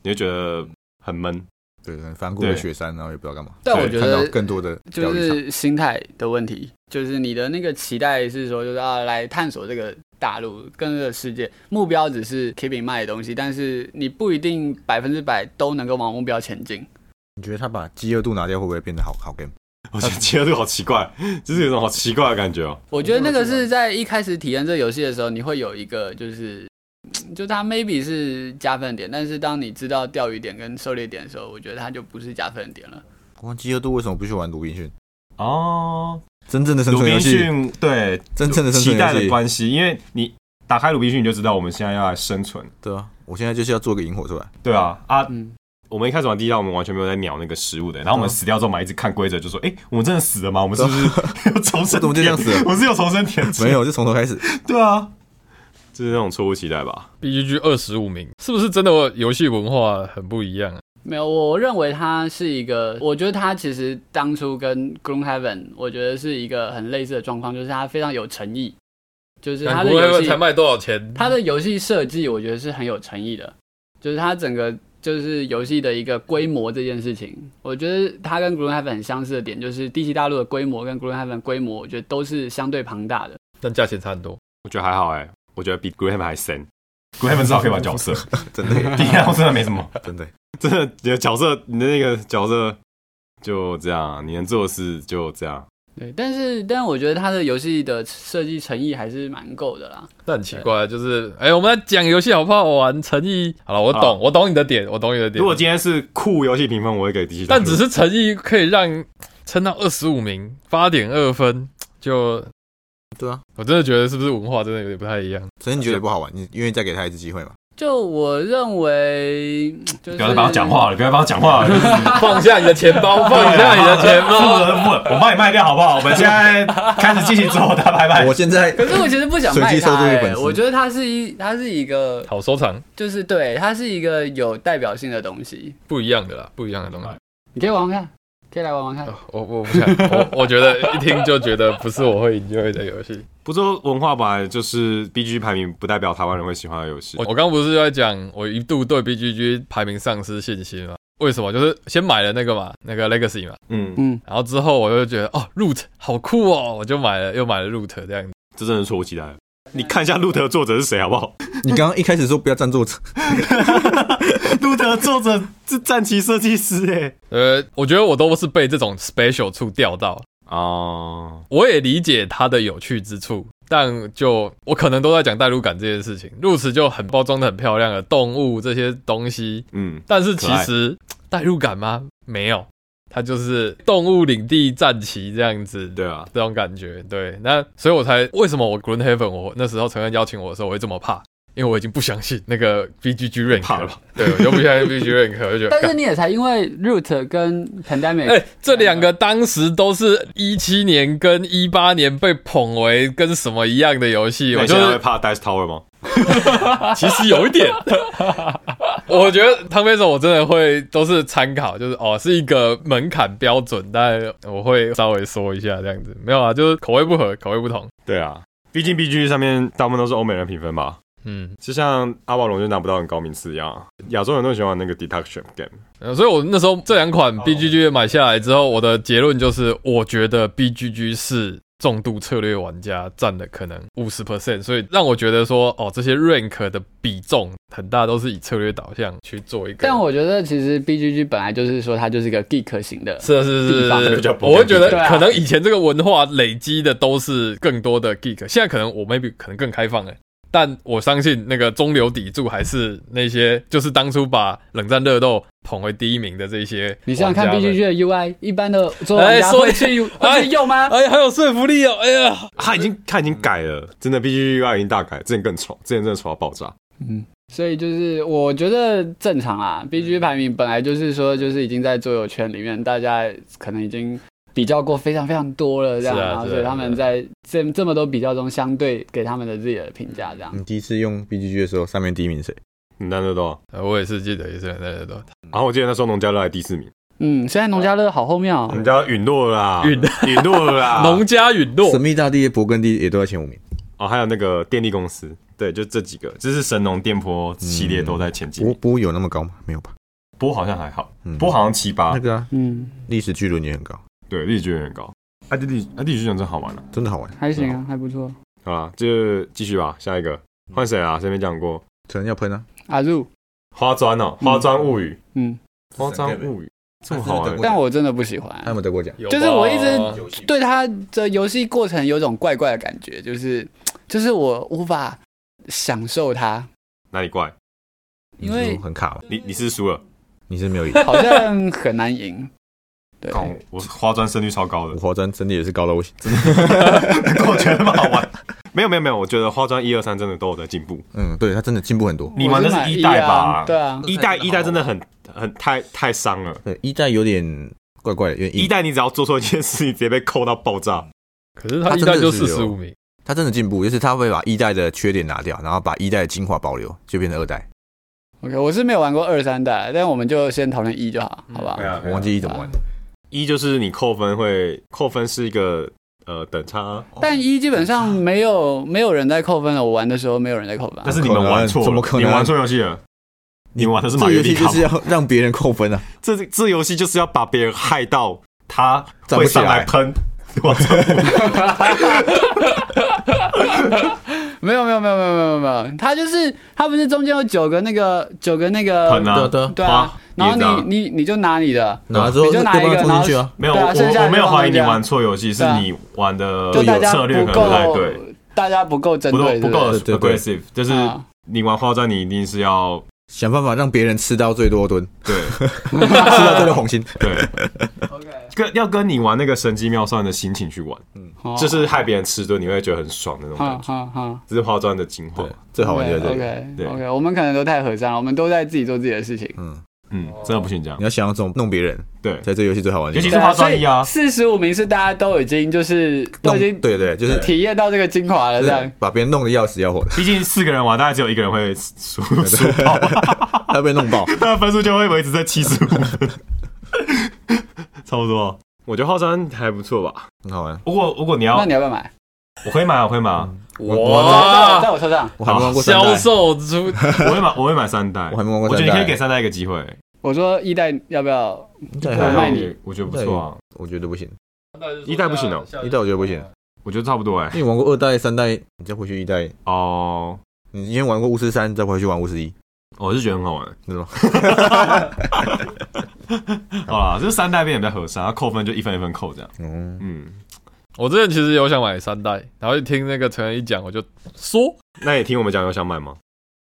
[SPEAKER 5] 你会觉得很闷。
[SPEAKER 2] 对，可能翻过了雪山，然后也不知道干嘛。
[SPEAKER 4] 但
[SPEAKER 5] 对
[SPEAKER 4] 我觉
[SPEAKER 2] 看到
[SPEAKER 4] 得
[SPEAKER 2] 更多的
[SPEAKER 4] 就
[SPEAKER 2] 钓鱼场
[SPEAKER 4] 是心态的问题，就是你的那个期待是说，就是啊，来探索这个大陆跟这个世界，目标只是 keep in mind 的东西，但是你不一定百分之百都能够往目标前进。
[SPEAKER 2] 你觉得他把饥饿度拿掉，会不会变得好好 game？
[SPEAKER 5] 我 觉得切入好奇怪，就是有一种好奇怪的感觉哦、
[SPEAKER 4] 我觉得那个是在一开始体验这个游戏的时候，你会有一个就是，嗯就它 maybe 是加分点，但是当你知道钓鱼点跟狩猎点的时候，我觉得它就不是加分点了。
[SPEAKER 2] 我问饥饿度为什么不去玩鲁滨逊？
[SPEAKER 5] 哦，
[SPEAKER 2] 真正的生
[SPEAKER 5] 鲁
[SPEAKER 2] 存游
[SPEAKER 5] 滨
[SPEAKER 2] 戏，
[SPEAKER 5] 逊对
[SPEAKER 2] 真正的生
[SPEAKER 5] 期
[SPEAKER 2] 存
[SPEAKER 5] 待
[SPEAKER 2] 游
[SPEAKER 5] 的
[SPEAKER 2] 戏，
[SPEAKER 5] 关系，因为你打开鲁滨逊，你就知道我们现在要来生存。
[SPEAKER 2] 对啊，我现在就是要做个萤火出来。
[SPEAKER 5] 对啊，啊，
[SPEAKER 4] 嗯，
[SPEAKER 5] 我们一开始玩第一道，我们完全没有在鸟那个食物的。然后我们死掉之后，我们还一直看规则，就说：“哎、我们真的死了吗？我们是不是有重
[SPEAKER 2] 我
[SPEAKER 5] 生？
[SPEAKER 2] 怎么就这样死了
[SPEAKER 5] 我 是有重生点子
[SPEAKER 2] 没？有，就从头开始。
[SPEAKER 5] 对啊，就是那种错误期待吧。
[SPEAKER 1] B G G 二十五名，是不是真的游戏文化很不一样啊？
[SPEAKER 4] 没有，我认为它是一个，我觉得它其实当初跟 Gloomhaven，我觉得是一个很类似的状况，就是它非常有诚意，就是它的
[SPEAKER 1] 国
[SPEAKER 4] 游
[SPEAKER 1] 外
[SPEAKER 4] 戏
[SPEAKER 1] 才卖多少钱？
[SPEAKER 4] 它的游戏设计，我觉得是很有诚意的，就是它整个就是游戏的一个规模这件事情，我觉得它跟 Gloomhaven 很相似的点，就是地球大陆的规模跟 Gloomhaven 规模，我觉得都是相对庞大的。
[SPEAKER 1] 但价钱差很多。
[SPEAKER 5] 我觉得还好哎、我觉得比 Graham 还深。Graham 至少可以玩角 色，
[SPEAKER 2] 真的耶，
[SPEAKER 5] 第一道真的没什么，
[SPEAKER 2] 真的耶。
[SPEAKER 5] 真的你的角色，你的那个角色就这样，你能做的事就这样。
[SPEAKER 4] 对，但是但我觉得它的游戏的设计诚意还是蛮够的啦。
[SPEAKER 1] 但很奇怪，就是哎、我们来讲游戏好不好玩？诚意好了，我
[SPEAKER 5] 好
[SPEAKER 1] 懂，我懂你的点，我懂你的点。
[SPEAKER 5] 如果今天是酷游戏评分，我会给第七大陆。
[SPEAKER 1] 但只是诚意可以让撑到二十五名，八点二分，就
[SPEAKER 2] 对啊，
[SPEAKER 1] 我真的觉得是不是文化真的有点不太一 样？
[SPEAKER 2] 所以你觉得不好玩，你愿意再给他一次机会吗？
[SPEAKER 4] 就我认为，就是
[SPEAKER 5] 不要再帮我讲话了，不要再帮我讲话了。
[SPEAKER 1] 放下你的钱包，放下你的钱包。
[SPEAKER 5] 不，我帮你卖掉好不好？我们现在开始进行自我大拍卖
[SPEAKER 2] 我。现在
[SPEAKER 4] 可是我其实不想
[SPEAKER 2] 随
[SPEAKER 4] 卖
[SPEAKER 2] 机
[SPEAKER 4] 它、
[SPEAKER 2] 抽中一
[SPEAKER 4] 欸
[SPEAKER 2] 本，书
[SPEAKER 4] 我觉得它是一，它是一个，
[SPEAKER 1] 好收藏，
[SPEAKER 4] 就是对，它是一个有代表性的东西。
[SPEAKER 1] 不一样的啦，不一样的东西。
[SPEAKER 4] 你可以玩玩看，可以来玩玩看。
[SPEAKER 1] 哦我我不想，我我觉得一听就觉得不是我会 enjoy 的游戏。
[SPEAKER 5] 不说文化吧，就是 B G 排名不代表台湾人会喜欢的游戏
[SPEAKER 1] 我。我刚不是在讲，我一度对 BGG 排名丧失信心嘛？为什么？就是先买了那个嘛，那个 Legacy 嘛，
[SPEAKER 5] 嗯，
[SPEAKER 4] 嗯，
[SPEAKER 1] 然后之后我就觉得哦，Root 好酷哦，我就买了，又买了 Root 这样子。
[SPEAKER 5] 这真的是错误期待。你看一下路德的作者是谁好不 好？
[SPEAKER 2] 你刚刚一开始说不要占座者，
[SPEAKER 5] 路德的作者是战旗设计师哎。
[SPEAKER 1] 呃，我觉得我都是被这种 special 处钓到，
[SPEAKER 5] 哦，
[SPEAKER 1] 我也理解它的有趣之处，但就我可能都在讲代入感这件事情。Root 就很包装的很漂亮的动物这些东西，
[SPEAKER 5] 嗯，
[SPEAKER 1] 但是其实代入感吗？没有，它就是动物领地战旗这样子的
[SPEAKER 5] 对啊，
[SPEAKER 1] 这种感觉。对，那所以我才为什么我 Green Heaven 我那时候承认邀请我的时候，我会这么怕。因为我已经不相信那个 B G G rank
[SPEAKER 5] 怕了
[SPEAKER 1] 了，对，我就不相信 B G rank，我就觉得
[SPEAKER 4] 但是
[SPEAKER 1] 干，
[SPEAKER 4] 你也才因为 Root 跟 Pandemic，、
[SPEAKER 1] 哎、这两个当时都是一七年跟一八年被捧为跟什么一样的游戏，
[SPEAKER 5] 那
[SPEAKER 1] 我
[SPEAKER 5] 你
[SPEAKER 1] 就
[SPEAKER 5] 现在会
[SPEAKER 1] 是
[SPEAKER 5] 怕 Dice Tower 吗？
[SPEAKER 1] 其实有一点， 我觉得汤飞手我真的会都是参考，就是哦是一个门槛标准，但我会稍微说一下这样子，没有啊，就是口味不合，口味不同，
[SPEAKER 5] 对啊，毕竟 B G 上面大部分都是欧美人评分吧，
[SPEAKER 1] 嗯，
[SPEAKER 5] 就像阿瓦隆就拿不到很高名次一样，亚洲人都喜欢玩那个 Deduction Game。
[SPEAKER 1] 呃所以我
[SPEAKER 5] 哦
[SPEAKER 1] 那时候这两款 B G G 买下来之后，我的结论就是，我觉得 B G G 是重度策略玩家占了可能五十 percent，所以让我觉得说，哦，这些 rank 的比重很大都是以策略导向去做一个。
[SPEAKER 4] 但我觉得其实 B G G 本来就是说它就是一个 geek 型的，
[SPEAKER 1] 是啊是是
[SPEAKER 4] 地方
[SPEAKER 1] 是
[SPEAKER 5] 比较
[SPEAKER 1] 是，
[SPEAKER 5] 不
[SPEAKER 1] 我会觉得
[SPEAKER 4] 对啊
[SPEAKER 1] 可能以前这个文化累积的都是更多的 geek，现在可能我 maybe 可能更开放了。欸但我相信那个中流砥柱还是那些，就是当初把冷战热斗捧为第一名的这些。
[SPEAKER 4] 你想想看 B G G 的 U I，一般的做玩
[SPEAKER 1] 哎
[SPEAKER 4] 家
[SPEAKER 1] 说
[SPEAKER 4] 会去
[SPEAKER 1] 哎
[SPEAKER 4] 会去用 吗？
[SPEAKER 1] 哎呀，很有说服力哦！哎呀，
[SPEAKER 5] 他已经他已经改了，嗯真的 B G U I 已经大改，之前更丑，之前真的丑到爆炸。
[SPEAKER 4] 嗯，所以就是我觉得正常啦。B
[SPEAKER 1] 嗯
[SPEAKER 4] G 排名本来就是说，就是已经在桌游圈里面，大家可能已经比较过非常非常多了，这样，
[SPEAKER 1] 是啊
[SPEAKER 4] 然后
[SPEAKER 1] 是啊
[SPEAKER 4] 所以他们在这这么多比较中，相对给他们的自己的评价，这样。
[SPEAKER 2] 你第一次用 B G G 的时候，上面第一名谁？
[SPEAKER 5] 你那热斗，
[SPEAKER 1] 呃我也是记得，也是那都
[SPEAKER 5] 然后我记得那时候农家乐还第四名，
[SPEAKER 4] 嗯，现在农家乐好后面哦
[SPEAKER 5] 我，
[SPEAKER 2] 嗯
[SPEAKER 5] 们家陨落了啦，
[SPEAKER 1] 陨
[SPEAKER 5] 陨落了啊 啦，
[SPEAKER 1] 农家陨落
[SPEAKER 2] 神，秘大地、勃艮第也都在前五名。
[SPEAKER 5] 哦，还有那个电力公司，对，就这几个，就是神农电波系列都在前几
[SPEAKER 2] 波
[SPEAKER 5] 名。
[SPEAKER 2] 波有那么高吗？没有吧？
[SPEAKER 5] 波好像还好，
[SPEAKER 2] 嗯
[SPEAKER 5] 波好像七八
[SPEAKER 2] 那，个啊，
[SPEAKER 4] 嗯，
[SPEAKER 2] 历史巨轮也很高，
[SPEAKER 5] 对，力矩有点高。啊，地理啊，地理巨人真好玩啊！
[SPEAKER 2] 真的好玩。
[SPEAKER 4] 还行啊，还不错。
[SPEAKER 5] 好啦，就继续吧，下一个换谁啊？谁没讲过？
[SPEAKER 2] 可能要喷啊，
[SPEAKER 4] 阿入，
[SPEAKER 5] 花砖哦，
[SPEAKER 4] 嗯
[SPEAKER 5] 花砖物语，
[SPEAKER 4] 嗯，
[SPEAKER 5] 花砖物语这么好玩
[SPEAKER 2] 我，
[SPEAKER 4] 但我真的不喜
[SPEAKER 2] 他有没
[SPEAKER 4] 欢，
[SPEAKER 2] 有得过奖？
[SPEAKER 1] 有
[SPEAKER 4] 就是我
[SPEAKER 1] 吧
[SPEAKER 4] 一直对他的游戏过程有种怪怪的感觉，就是就是我无法享受它，
[SPEAKER 5] 哪里怪？
[SPEAKER 4] 因为
[SPEAKER 2] 你 是不是很卡嘛，
[SPEAKER 5] 你你是输了，
[SPEAKER 2] 你是没 有赢。
[SPEAKER 4] 好像很难赢。对，
[SPEAKER 2] 哦
[SPEAKER 5] 靠，哦我花砖胜率超高
[SPEAKER 2] 五
[SPEAKER 5] 的，
[SPEAKER 2] 花砖真的也是高到不行，
[SPEAKER 5] 我觉得蛮好玩。没有没有没有，我觉得花砖一二三真的都有在进步。
[SPEAKER 2] 嗯，对他真的进步很多。
[SPEAKER 5] 你玩的
[SPEAKER 4] 我买
[SPEAKER 5] 是一代吧
[SPEAKER 4] 啊？对啊，
[SPEAKER 5] 一代一代真的很很太太伤了，
[SPEAKER 2] 对，一代有点怪怪的，有点
[SPEAKER 5] 一
[SPEAKER 2] 硬。
[SPEAKER 5] 代你只要做错一件事，你直接被扣到爆炸。
[SPEAKER 1] 可是他一
[SPEAKER 2] 他真
[SPEAKER 1] 代
[SPEAKER 2] 的
[SPEAKER 1] 就是四
[SPEAKER 2] 有
[SPEAKER 1] 十五名，
[SPEAKER 2] 他真的进步，就是他会把一代的缺点拿掉，然后把一代的精华保留，就变成二代。
[SPEAKER 4] OK，我是没有玩过二三代，但我们就先讨论一就
[SPEAKER 5] 嗯
[SPEAKER 4] 好，好不好？
[SPEAKER 5] 啊
[SPEAKER 2] 我忘记一怎么玩。
[SPEAKER 5] 一就是你扣分会扣分是一个呃等差，
[SPEAKER 4] 但一基本上
[SPEAKER 5] 嗯
[SPEAKER 4] 没有没有人在扣分了，我玩的时候没有人在扣分啊
[SPEAKER 5] 但。是你们玩错了，
[SPEAKER 2] 怎么可能
[SPEAKER 5] 你们玩错游戏了。你玩的是
[SPEAKER 2] 这
[SPEAKER 5] 马
[SPEAKER 2] 个
[SPEAKER 5] 约
[SPEAKER 2] 游戏
[SPEAKER 5] 蒂
[SPEAKER 2] 就
[SPEAKER 5] 卡
[SPEAKER 2] 是，要让别人扣分啊！
[SPEAKER 5] 这这游戏就是要把别人害到他
[SPEAKER 2] 站不
[SPEAKER 5] 会
[SPEAKER 2] 起
[SPEAKER 5] 上
[SPEAKER 2] 来
[SPEAKER 5] 来喷。我操！
[SPEAKER 4] 没有没有没有没有没有没有，他就是他不是中间有九个那个九个那个
[SPEAKER 5] 喷啊，
[SPEAKER 2] 对啊
[SPEAKER 4] 对
[SPEAKER 5] 花
[SPEAKER 4] 啊，然后
[SPEAKER 5] 椰子啊
[SPEAKER 4] 你你你就拿你的，
[SPEAKER 2] 拿了之后
[SPEAKER 4] 你就拿一
[SPEAKER 2] 对
[SPEAKER 4] 个，
[SPEAKER 2] 方冲
[SPEAKER 4] 然后
[SPEAKER 2] 进去啊！
[SPEAKER 5] 没有，
[SPEAKER 4] 对啊
[SPEAKER 5] 我
[SPEAKER 4] 剩下
[SPEAKER 5] 我没有
[SPEAKER 4] 就放
[SPEAKER 5] 怀疑你
[SPEAKER 4] 这样
[SPEAKER 5] 玩错游戏，是
[SPEAKER 4] 对啊
[SPEAKER 5] 你玩的
[SPEAKER 4] 就大家
[SPEAKER 5] 哦策略
[SPEAKER 4] 不
[SPEAKER 5] 可能不太
[SPEAKER 4] 够
[SPEAKER 5] 对，，
[SPEAKER 4] 大家不够针
[SPEAKER 5] 不够
[SPEAKER 4] 对，
[SPEAKER 5] 不够
[SPEAKER 2] 对对对
[SPEAKER 5] aggressive，就是
[SPEAKER 4] 啊
[SPEAKER 5] 你玩花砖，你一定是要
[SPEAKER 2] 想办法让别人吃到最多吨，
[SPEAKER 5] 对
[SPEAKER 2] 吃到最多红心。
[SPEAKER 5] 对，
[SPEAKER 4] ，OK，
[SPEAKER 5] 跟要跟你玩那个神机妙算的心情去玩，
[SPEAKER 4] 啊
[SPEAKER 5] 就是害别人吃顿，你会觉得很爽的那种
[SPEAKER 4] 好
[SPEAKER 5] 感觉，
[SPEAKER 4] 好好。
[SPEAKER 5] 这是花砖的精华
[SPEAKER 2] 对。，哦啊最好玩就是这个。
[SPEAKER 4] OK
[SPEAKER 5] 对
[SPEAKER 4] OK，我们可能都太和善了，我们都在自己做自己的事情。
[SPEAKER 2] 嗯，
[SPEAKER 5] 嗯，真的不行这样
[SPEAKER 2] 你。要想要怎么弄别人，
[SPEAKER 5] 对，
[SPEAKER 2] 在这游戏最好玩的地
[SPEAKER 5] 尤
[SPEAKER 2] 方。
[SPEAKER 5] 其是花砖一啊
[SPEAKER 4] 四十五名是大家都已经就是都
[SPEAKER 2] 弄
[SPEAKER 4] 已经
[SPEAKER 2] 对对，就是
[SPEAKER 4] 体验到这个精华了，这样。
[SPEAKER 2] 把别人弄得要死要活的，
[SPEAKER 5] 毕竟四个人玩，大概只有一个人会输 输爆，
[SPEAKER 2] 他被弄爆。
[SPEAKER 5] 他的分数就会维持在七 十五分，差不多。我觉得花砖还不错吧。
[SPEAKER 2] 很好玩。
[SPEAKER 5] 如果如果你要
[SPEAKER 4] 那，你要不要买？
[SPEAKER 5] 我会买，我会买，哦
[SPEAKER 4] 在我在
[SPEAKER 1] 哇，
[SPEAKER 4] 我车上，
[SPEAKER 2] 我还没玩过三
[SPEAKER 1] 销
[SPEAKER 2] 代，
[SPEAKER 1] 售出
[SPEAKER 5] 我会买，我会买三代。
[SPEAKER 2] 我还没玩过
[SPEAKER 5] 啊我觉得你
[SPEAKER 2] 三代
[SPEAKER 5] 可以给三代一个机会，
[SPEAKER 4] 我说一代要不要？
[SPEAKER 2] 一代
[SPEAKER 4] 我
[SPEAKER 2] 还
[SPEAKER 4] 卖
[SPEAKER 2] 好，
[SPEAKER 4] 你，
[SPEAKER 5] 我觉得不错啊。
[SPEAKER 2] 我觉得不行。
[SPEAKER 5] 一代不行哦
[SPEAKER 2] 一代我觉得不行，
[SPEAKER 5] 我觉得差不多哎、
[SPEAKER 2] 因为你玩过二代、三代，你再回去一代，
[SPEAKER 5] 哦，
[SPEAKER 2] 你今天玩过巫师三，再回去玩巫师一，
[SPEAKER 5] 我是觉得很好玩。
[SPEAKER 2] 那种。
[SPEAKER 5] 好啦，这三代变得比较和善，它扣分就一分一分扣这样。
[SPEAKER 2] 嗯，
[SPEAKER 5] 嗯，
[SPEAKER 1] 我之前其实有想买三代，然后一听那个陈恩一讲，我就说
[SPEAKER 5] 那你听我们讲有想买吗？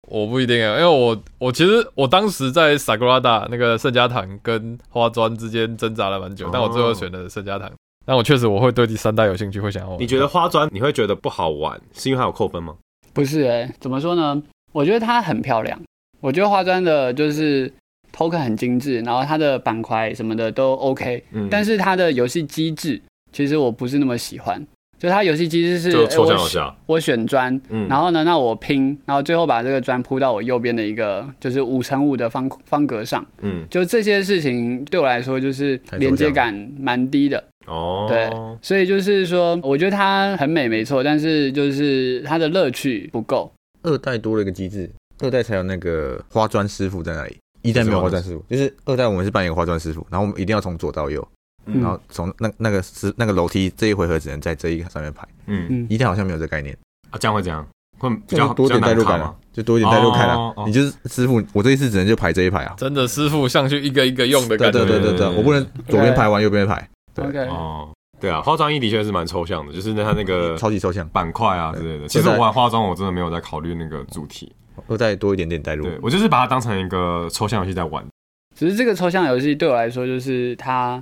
[SPEAKER 1] 我不一定啊，因为我我其实我当时在 Sagrada 那个圣家堂跟花砖之间挣扎了蛮久，
[SPEAKER 5] 哦
[SPEAKER 1] 但我最后选的是圣家堂。但我确实我会对第三代有兴趣，会想要玩。
[SPEAKER 5] 你觉得花砖你会觉得不好玩，是因为它有扣分吗？
[SPEAKER 4] 不是哎、怎么说呢？我觉得它很漂亮，我觉得花砖的就是 token 很精致，然后它的板块什么的都 OK，
[SPEAKER 5] 嗯，
[SPEAKER 4] 但是它的游戏机制其实我不是那么喜欢。就它游戏机制是，
[SPEAKER 5] 就
[SPEAKER 4] 哎
[SPEAKER 5] 抽
[SPEAKER 4] 我
[SPEAKER 5] 象
[SPEAKER 4] 选
[SPEAKER 5] 一下，
[SPEAKER 4] 我选砖，
[SPEAKER 5] 嗯，
[SPEAKER 4] 然后呢，那我拼，然后最后把这个砖铺到我右边的一个就是五乘五的方方格上，
[SPEAKER 5] 嗯，
[SPEAKER 4] 就这些事情对我来说就是
[SPEAKER 2] 太抽象
[SPEAKER 4] 连接感蛮低的，
[SPEAKER 5] 哦，
[SPEAKER 4] 对，所以就是说，我觉得它很美没错，但是就是它的乐趣不够。
[SPEAKER 2] 二代多了一个机制，二代才有那个花砖师傅在那里，一代没有花砖师傅，就是二代我们是扮演花砖师傅，然后我们一定要从左到右，
[SPEAKER 5] 嗯
[SPEAKER 4] 嗯
[SPEAKER 2] 然后从那那个是那个楼梯这一回合只能在这一个上面排，
[SPEAKER 5] 嗯，
[SPEAKER 4] 嗯
[SPEAKER 2] 一代好像没有这个概念，
[SPEAKER 5] 啊，这样会怎样？会比
[SPEAKER 2] 就
[SPEAKER 5] 较
[SPEAKER 2] 是多点代入感
[SPEAKER 5] 比较难看
[SPEAKER 2] 啊
[SPEAKER 5] 吗？，
[SPEAKER 2] 就多一点代入感
[SPEAKER 5] 哦
[SPEAKER 2] 啊
[SPEAKER 5] 哦哦。
[SPEAKER 2] 你就是师傅，我这一次只能就排这一排啊。
[SPEAKER 1] 真的师傅上去一个一个用的
[SPEAKER 2] 对
[SPEAKER 1] 感觉，
[SPEAKER 2] 对对对对，我不能左边排完右边排，对
[SPEAKER 4] OK，
[SPEAKER 5] 哦，对啊，化妆衣的确是蛮抽象的，就是那它那个
[SPEAKER 2] 超级抽象。
[SPEAKER 5] 板块啊之类的。其实我玩化妆，我真的没有在考虑那个主题，
[SPEAKER 2] 又再多一点点代入，
[SPEAKER 5] 对我就是把它当成一个抽象游戏在玩。
[SPEAKER 4] 只是这个抽象游戏对我来说，就是它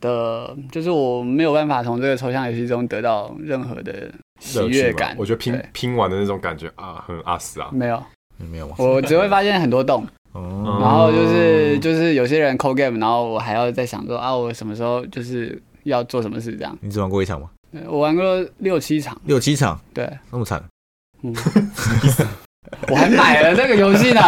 [SPEAKER 4] 的，就是我没有办法从这个抽象游戏中得到任何的喜
[SPEAKER 5] 乐趣
[SPEAKER 4] 悦
[SPEAKER 5] 嘛
[SPEAKER 4] 感。
[SPEAKER 5] 我觉得拼
[SPEAKER 4] 对
[SPEAKER 5] 拼完的那种感觉啊，很阿死啊。
[SPEAKER 4] 没有，
[SPEAKER 2] 你没有吗？
[SPEAKER 4] 我只会发现很多洞，
[SPEAKER 2] 哦，
[SPEAKER 5] 嗯
[SPEAKER 4] 然后就是就是有些人 call game，然后我还要在想说啊，我什么时候就是要做什么事这样。
[SPEAKER 2] 你只玩过一场吗？
[SPEAKER 4] 呃我玩过六七场，
[SPEAKER 2] 六七场，
[SPEAKER 4] 对，
[SPEAKER 2] 那么惨，
[SPEAKER 4] 嗯， 我还买了这个游戏呢。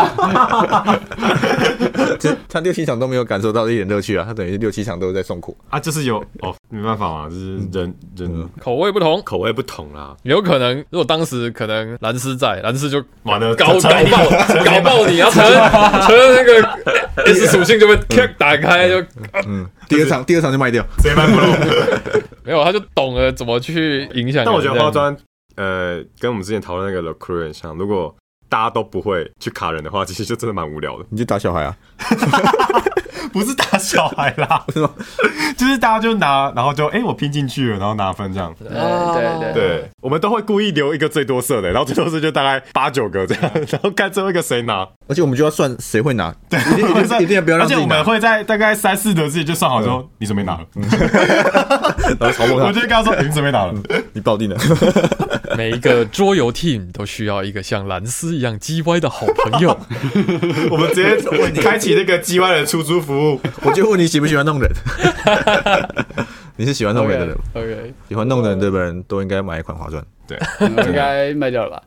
[SPEAKER 2] 这他六七场都没有感受到一点乐趣啊，他等于六七场都在送苦。
[SPEAKER 5] 啊，就是有哦，没办法嘛，就是人人
[SPEAKER 2] 嗯
[SPEAKER 1] 口味不同，
[SPEAKER 5] 口味不同啊啦。
[SPEAKER 1] 有可能如果当时可能蓝斯在，蓝斯就
[SPEAKER 5] 完了，
[SPEAKER 1] 搞
[SPEAKER 5] 陈
[SPEAKER 1] 搞爆
[SPEAKER 5] 陈
[SPEAKER 1] 搞爆你，然后成成那个 S 属性就被 kick 打开，就
[SPEAKER 2] 嗯，第二场第二场就卖掉，
[SPEAKER 5] 谁卖不 拢？
[SPEAKER 1] 没有，他就懂了怎么去影响人。
[SPEAKER 5] 但我觉得化
[SPEAKER 1] 这样
[SPEAKER 5] 妆，呃，跟我们之前讨论那个 The Crew 很像。如果大家都不会去卡人的话，其 实就真的蛮无聊的。
[SPEAKER 2] 你就打小孩啊，
[SPEAKER 5] 不是打小孩 啦，
[SPEAKER 2] 是吗？
[SPEAKER 5] 就是大家就拿，然后就哎、诶我拼进去了，然后拿分这样。
[SPEAKER 4] 对呃对对，
[SPEAKER 5] 对，我们都会故意留一个最多色的，然后最多色就大概八九个这样，然后看最后一个谁拿。
[SPEAKER 2] 而且我们就要算谁会拿，对，一定
[SPEAKER 5] 我
[SPEAKER 2] 一
[SPEAKER 5] 们
[SPEAKER 2] 定一定要不要让
[SPEAKER 5] 而
[SPEAKER 2] 自
[SPEAKER 5] 且
[SPEAKER 2] 己
[SPEAKER 5] 我
[SPEAKER 2] 拿嗯
[SPEAKER 5] 们，会在大概三四得之前就算好说你准备拿了，
[SPEAKER 2] 然后嘲讽
[SPEAKER 5] 我
[SPEAKER 2] 他，
[SPEAKER 5] 就跟他说你准备拿了。
[SPEAKER 2] 你爆定了，
[SPEAKER 1] 每一个桌游 team 都需要一个像蓝斯一样叽歪的好朋友。，
[SPEAKER 5] 我们直 接开启那个 G Y 的出租服务。
[SPEAKER 2] 我就问你喜不喜欢弄人，你是喜欢弄人的人吗，
[SPEAKER 4] OK，
[SPEAKER 2] 喜欢弄人的人都应该买一款划算。
[SPEAKER 4] 应该卖掉了吧？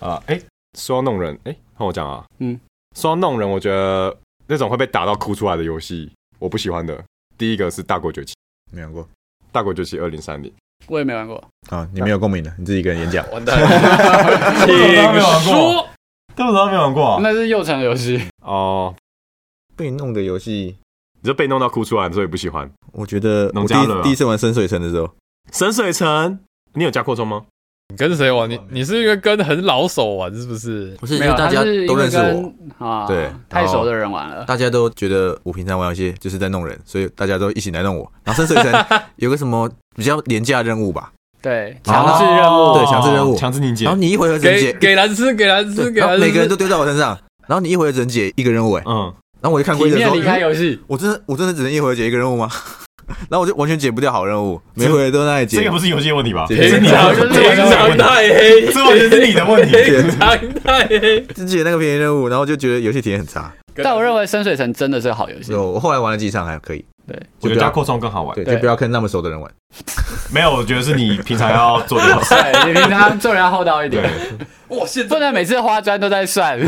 [SPEAKER 5] 啊，哎、说到弄人，哎、换我讲啊，
[SPEAKER 4] 嗯，
[SPEAKER 5] 说到弄人，我觉得那种会被打到哭出来的游戏，我不喜欢的。第一个是《大国崛起》，
[SPEAKER 2] 没玩过
[SPEAKER 5] 《大国崛起二零三零
[SPEAKER 4] 我也没玩过。
[SPEAKER 2] 啊，你没有共鸣的，你自己一个人演讲
[SPEAKER 1] 完蛋了，请说。》，
[SPEAKER 5] 对不对？没玩过
[SPEAKER 4] 那是幼成的游戏，
[SPEAKER 5] 哦，
[SPEAKER 2] 被弄的游戏，
[SPEAKER 5] 你就被弄到哭出来，所以不喜欢。
[SPEAKER 2] 我觉得
[SPEAKER 5] 农
[SPEAKER 2] 我第
[SPEAKER 5] 家乐啊
[SPEAKER 2] 一第一次玩深水城的时候，
[SPEAKER 5] 神水城，你有加扩充吗？
[SPEAKER 1] 你跟谁玩？你你是因为跟很老手玩是不是？
[SPEAKER 2] 不是
[SPEAKER 4] 没有，他是因为跟啊，
[SPEAKER 2] 对
[SPEAKER 4] 太
[SPEAKER 2] 然后
[SPEAKER 4] 熟的人玩了。
[SPEAKER 2] 大家都觉得我平常玩游戏就是在弄人，所以大家都一起来弄我。然后深水城有个什么比较廉价任务吧，
[SPEAKER 4] 对，
[SPEAKER 2] 然后
[SPEAKER 4] 强制任务，
[SPEAKER 2] 对强制任务
[SPEAKER 5] 哦强制凝结
[SPEAKER 2] 然。后你一回合只能
[SPEAKER 1] 给
[SPEAKER 2] 解，
[SPEAKER 1] 给蓝斯，给蓝斯，
[SPEAKER 2] 对
[SPEAKER 1] 给
[SPEAKER 2] 然后
[SPEAKER 1] 蓝
[SPEAKER 2] 每个人都
[SPEAKER 1] 斯。
[SPEAKER 2] 丢在我身上，然后你一回合只能解一个任务，哎，
[SPEAKER 5] 嗯，
[SPEAKER 2] 然后我就看规
[SPEAKER 4] 体
[SPEAKER 2] 则
[SPEAKER 4] 面离开
[SPEAKER 2] 说，
[SPEAKER 4] 游戏。
[SPEAKER 2] 我真的我真的只能一回合解一个任务吗？ 然后我就完全解不掉好任务，每回合都在那里
[SPEAKER 5] 这
[SPEAKER 2] 解
[SPEAKER 5] 个不，是游戏的问题吧？
[SPEAKER 2] 解
[SPEAKER 5] 这是
[SPEAKER 1] 平
[SPEAKER 5] 你的
[SPEAKER 1] 常
[SPEAKER 5] 问题
[SPEAKER 1] 平
[SPEAKER 4] 这是我的
[SPEAKER 1] 常
[SPEAKER 5] 问题
[SPEAKER 1] 太黑，
[SPEAKER 5] 这完全是你的 问题。
[SPEAKER 1] 平常太黑。
[SPEAKER 2] 只解那个便宜任务，然后就觉得游戏体验很差。
[SPEAKER 4] 但我认为深水城真的是个好游戏。
[SPEAKER 2] 有我后来玩了几场还可以，
[SPEAKER 4] 对，
[SPEAKER 2] 就不
[SPEAKER 5] 我觉得加
[SPEAKER 2] 要
[SPEAKER 5] 扩充更好玩。
[SPEAKER 2] 对，
[SPEAKER 4] 对
[SPEAKER 2] 就不要跟那么熟的人玩。
[SPEAKER 5] 没有，我觉得是你平常要做 的好事。
[SPEAKER 4] 对，你平常做人要厚道一点，
[SPEAKER 1] 我现
[SPEAKER 4] 不能每次花砖都在算。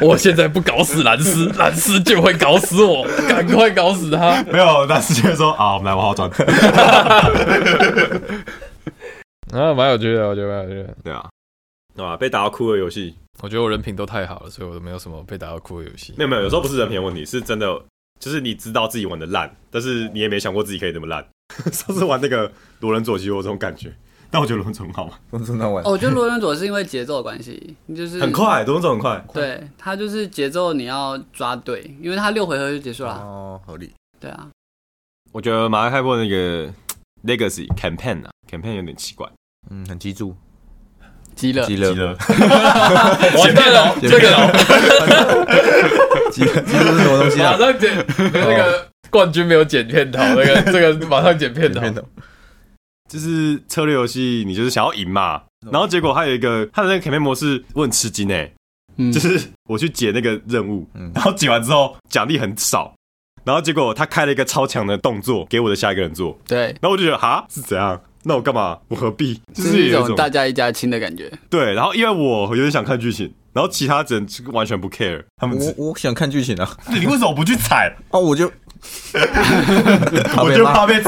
[SPEAKER 1] 我现在不搞死蓝斯，蓝斯就会搞死我，赶快搞死他。
[SPEAKER 5] 没有，但是就是说啊，我们来玩 好转。
[SPEAKER 1] 啊，蛮有趣的，我觉得蛮有趣的。
[SPEAKER 5] 对啊，对吧？被打到哭的游戏，
[SPEAKER 1] 我觉得我人品都太好了，所以我都没有什么被打到哭的游戏
[SPEAKER 5] 没。有没有，有时候不是人品的问题，是真的，就是你知道自己玩的烂，但是你也没想过自己可以这么烂。 上次玩那个罗人佐西，我有这种感觉，但我觉得罗人佐很好玩，
[SPEAKER 2] 我 真的玩
[SPEAKER 4] 哦，我觉得罗伦佐是因为节奏的关系，就是
[SPEAKER 5] 很。快，罗人佐很快。
[SPEAKER 4] 对他就是节奏你要抓对，因为他六回合就结束了。
[SPEAKER 2] 哦，合理。
[SPEAKER 4] 对啊，
[SPEAKER 5] 我觉得马来开播那个 Legacy Campaign 啊，Campaign 有点奇怪，
[SPEAKER 2] 嗯，很激住，
[SPEAKER 4] 极乐
[SPEAKER 2] 激乐，
[SPEAKER 5] 了，
[SPEAKER 1] 完蛋了，
[SPEAKER 2] 前
[SPEAKER 1] 这
[SPEAKER 2] 面
[SPEAKER 1] 个
[SPEAKER 2] 激乐，激乐是什么东西
[SPEAKER 1] 马
[SPEAKER 2] 啊？
[SPEAKER 1] 上剪那个冠军没有剪片头，那个这个马上剪片头。
[SPEAKER 2] 片头
[SPEAKER 5] 就是策略游戏，你就是想要赢嘛。然后结果还有一个他的那个 campaign 模式，我很吃惊哎、
[SPEAKER 4] 嗯
[SPEAKER 5] 就是我去解那个任务，
[SPEAKER 2] 嗯
[SPEAKER 5] 然后解完之后奖励很少，然后结果他开了一个超强的动作给我的下一个人做，
[SPEAKER 4] 对，
[SPEAKER 5] 然后我就觉得哈是怎样？那我干嘛？我何必？
[SPEAKER 4] 这
[SPEAKER 5] 就
[SPEAKER 4] 是一
[SPEAKER 5] 有一
[SPEAKER 4] 种
[SPEAKER 5] 种
[SPEAKER 4] 大家一家亲的感觉。
[SPEAKER 5] 对，然后因为我有点想看剧情，然后其他人就完全不 care，他们只
[SPEAKER 2] 我我想看剧情啊，
[SPEAKER 5] 你为什么不去 踩？
[SPEAKER 2] 哦，我就，
[SPEAKER 5] 我
[SPEAKER 2] 被
[SPEAKER 5] 就
[SPEAKER 2] 骂
[SPEAKER 5] 怕被。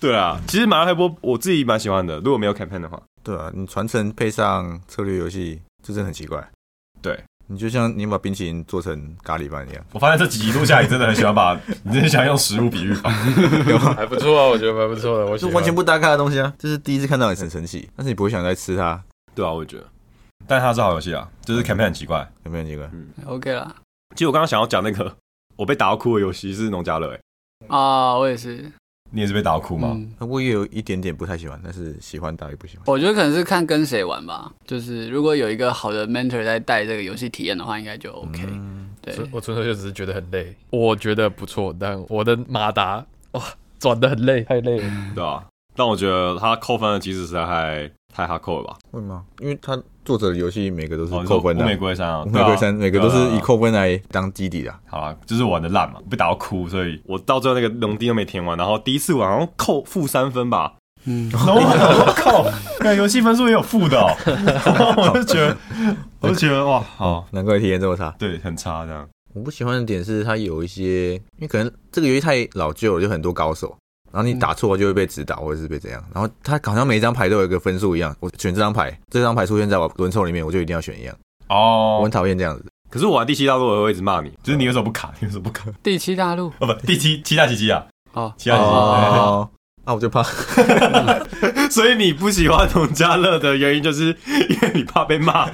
[SPEAKER 5] 对啊，其实马拉开波我自己蛮喜欢的，如果没有 campaign 的话，
[SPEAKER 2] 对啊，你传承配上策略游戏，这真的很奇怪。
[SPEAKER 5] 对，
[SPEAKER 2] 你就像你把冰淇淋做成咖喱饭一样，
[SPEAKER 5] 我发现这几集录下来，你真的很喜欢把，你真的想用食物比喻法。
[SPEAKER 1] 还不错啊，我觉得蛮不错的。我喜
[SPEAKER 2] 这
[SPEAKER 1] 欢
[SPEAKER 2] 完全不搭嘎的东西啊！这是第一次看到也很神奇，但是你不会想再吃它，
[SPEAKER 5] 对啊，我也觉得，但它是好游戏啊，就是 campaign 很奇怪。
[SPEAKER 2] 有没有很奇怪？
[SPEAKER 5] 嗯
[SPEAKER 4] OK 啦。
[SPEAKER 5] 其实我刚刚想要讲那个我被打到哭的游戏是农家乐、欸，
[SPEAKER 4] 啊、我也是。
[SPEAKER 5] 你也是被打到哭吗？
[SPEAKER 4] 嗯，
[SPEAKER 2] 我也有一点点不太喜欢，但是喜欢大于不喜欢。
[SPEAKER 4] 我觉得可能是看跟谁玩吧。就是如果有一个好的 mentor 在带这个游戏体验的话，应该就 OK、
[SPEAKER 2] 嗯
[SPEAKER 4] 对，
[SPEAKER 1] 我纯粹就只是觉得很累，我觉得不错，但我的马达哇转的很累，太累了。
[SPEAKER 5] 对啊，但我觉得他扣分的机制实在太太哈扣了吧？
[SPEAKER 2] 为什么？因为他作者的游戏每个都是
[SPEAKER 5] 哦，你说
[SPEAKER 2] 扣分的
[SPEAKER 5] 乌
[SPEAKER 2] 啊、
[SPEAKER 5] 玫瑰山啊，
[SPEAKER 2] 乌玫瑰山、
[SPEAKER 5] 对啊
[SPEAKER 2] 每个都是以。
[SPEAKER 5] 对啊
[SPEAKER 2] 扣分来当基底的啊、
[SPEAKER 5] 好啦，就是玩的烂嘛，被打到哭，所以我到最后那个农地都没填完，然后第一次玩好像扣负三分吧，
[SPEAKER 4] 嗯，
[SPEAKER 5] 然后 我想说靠，那游戏分数也有负的哦， 然后我就觉得，我就觉得哇，好，
[SPEAKER 2] 难怪体验这么差。
[SPEAKER 5] 对，很差这样，
[SPEAKER 2] 我不喜欢的点是它有一些，因为可能这个游戏太老旧了，就很多高手，然
[SPEAKER 1] 嗯
[SPEAKER 2] 后你打错就会被指导或者是被怎样，然后它好像每一张牌都有一个分数一样，我选这张牌，这张牌出现在我轮抽里面，我就一定要选一样，我
[SPEAKER 5] 哦嗯
[SPEAKER 2] 很。讨厌这样子。
[SPEAKER 5] 可是我玩第七大陆，我会一直骂你，就是你为什么不卡，你为什么不卡？
[SPEAKER 4] 第七大陆
[SPEAKER 5] 哦，不，第七七大奇迹啊，
[SPEAKER 4] 哦，
[SPEAKER 5] 七大奇迹。
[SPEAKER 4] 哦
[SPEAKER 2] 哦， 那我就怕，
[SPEAKER 5] 所以你不喜欢农家乐的原因，就是因为你怕被骂。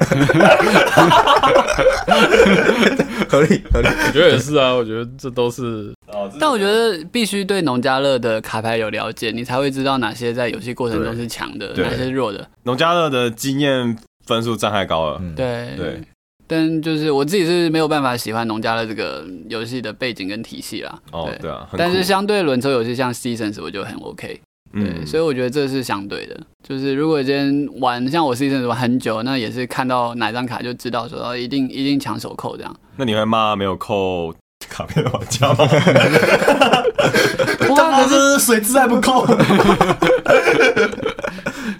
[SPEAKER 2] 合理合理。
[SPEAKER 1] 我觉得也是啊，我觉得这都是
[SPEAKER 4] 但我觉得必须对农家乐的卡牌有了解，你才会知道哪些在游戏过程中是强的，
[SPEAKER 5] 对
[SPEAKER 4] 哪些是弱的。
[SPEAKER 5] 农家乐的经验分数占太高了，
[SPEAKER 2] 嗯，
[SPEAKER 4] 对
[SPEAKER 5] 对。
[SPEAKER 4] 但就是我自己是没有办法喜欢农家乐这个游戏的背景跟体系啦。
[SPEAKER 5] 哦，对啊，很
[SPEAKER 4] 但是
[SPEAKER 5] 酷
[SPEAKER 4] 相对轮抽游戏像 Seasons 我就很 OK，对，
[SPEAKER 5] 嗯，
[SPEAKER 4] 所以我觉得这是相对的。就是如果今天玩像我 Seasons 玩很久，那也是看到哪张卡就知道说哦一定一定抢手扣这 样。
[SPEAKER 5] 那你会骂没有扣卡片的玩家 吗？
[SPEAKER 4] 哇，可是
[SPEAKER 5] 是水质还不够，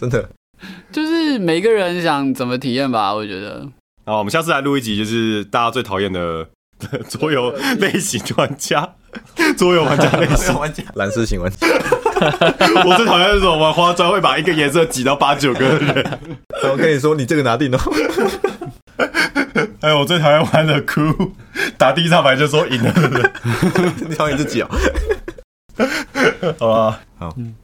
[SPEAKER 2] 真的，
[SPEAKER 4] 就是每个人想怎么体验吧，我觉得。
[SPEAKER 5] 好，我们下次来录一集，就是大家最讨厌的 桌游类型玩家，桌游 玩家类型。
[SPEAKER 2] 玩家，蓝色型玩家，
[SPEAKER 5] 我最讨厌那种玩花砖会把一个颜色挤到八九个人。
[SPEAKER 2] 我跟你说，你这个拿定哦。
[SPEAKER 5] 哎，我最讨厌玩的哭，打第一张牌就说赢了的人。
[SPEAKER 2] 你讨厌自己哦。
[SPEAKER 5] 好吧，
[SPEAKER 2] 好
[SPEAKER 5] 嗯，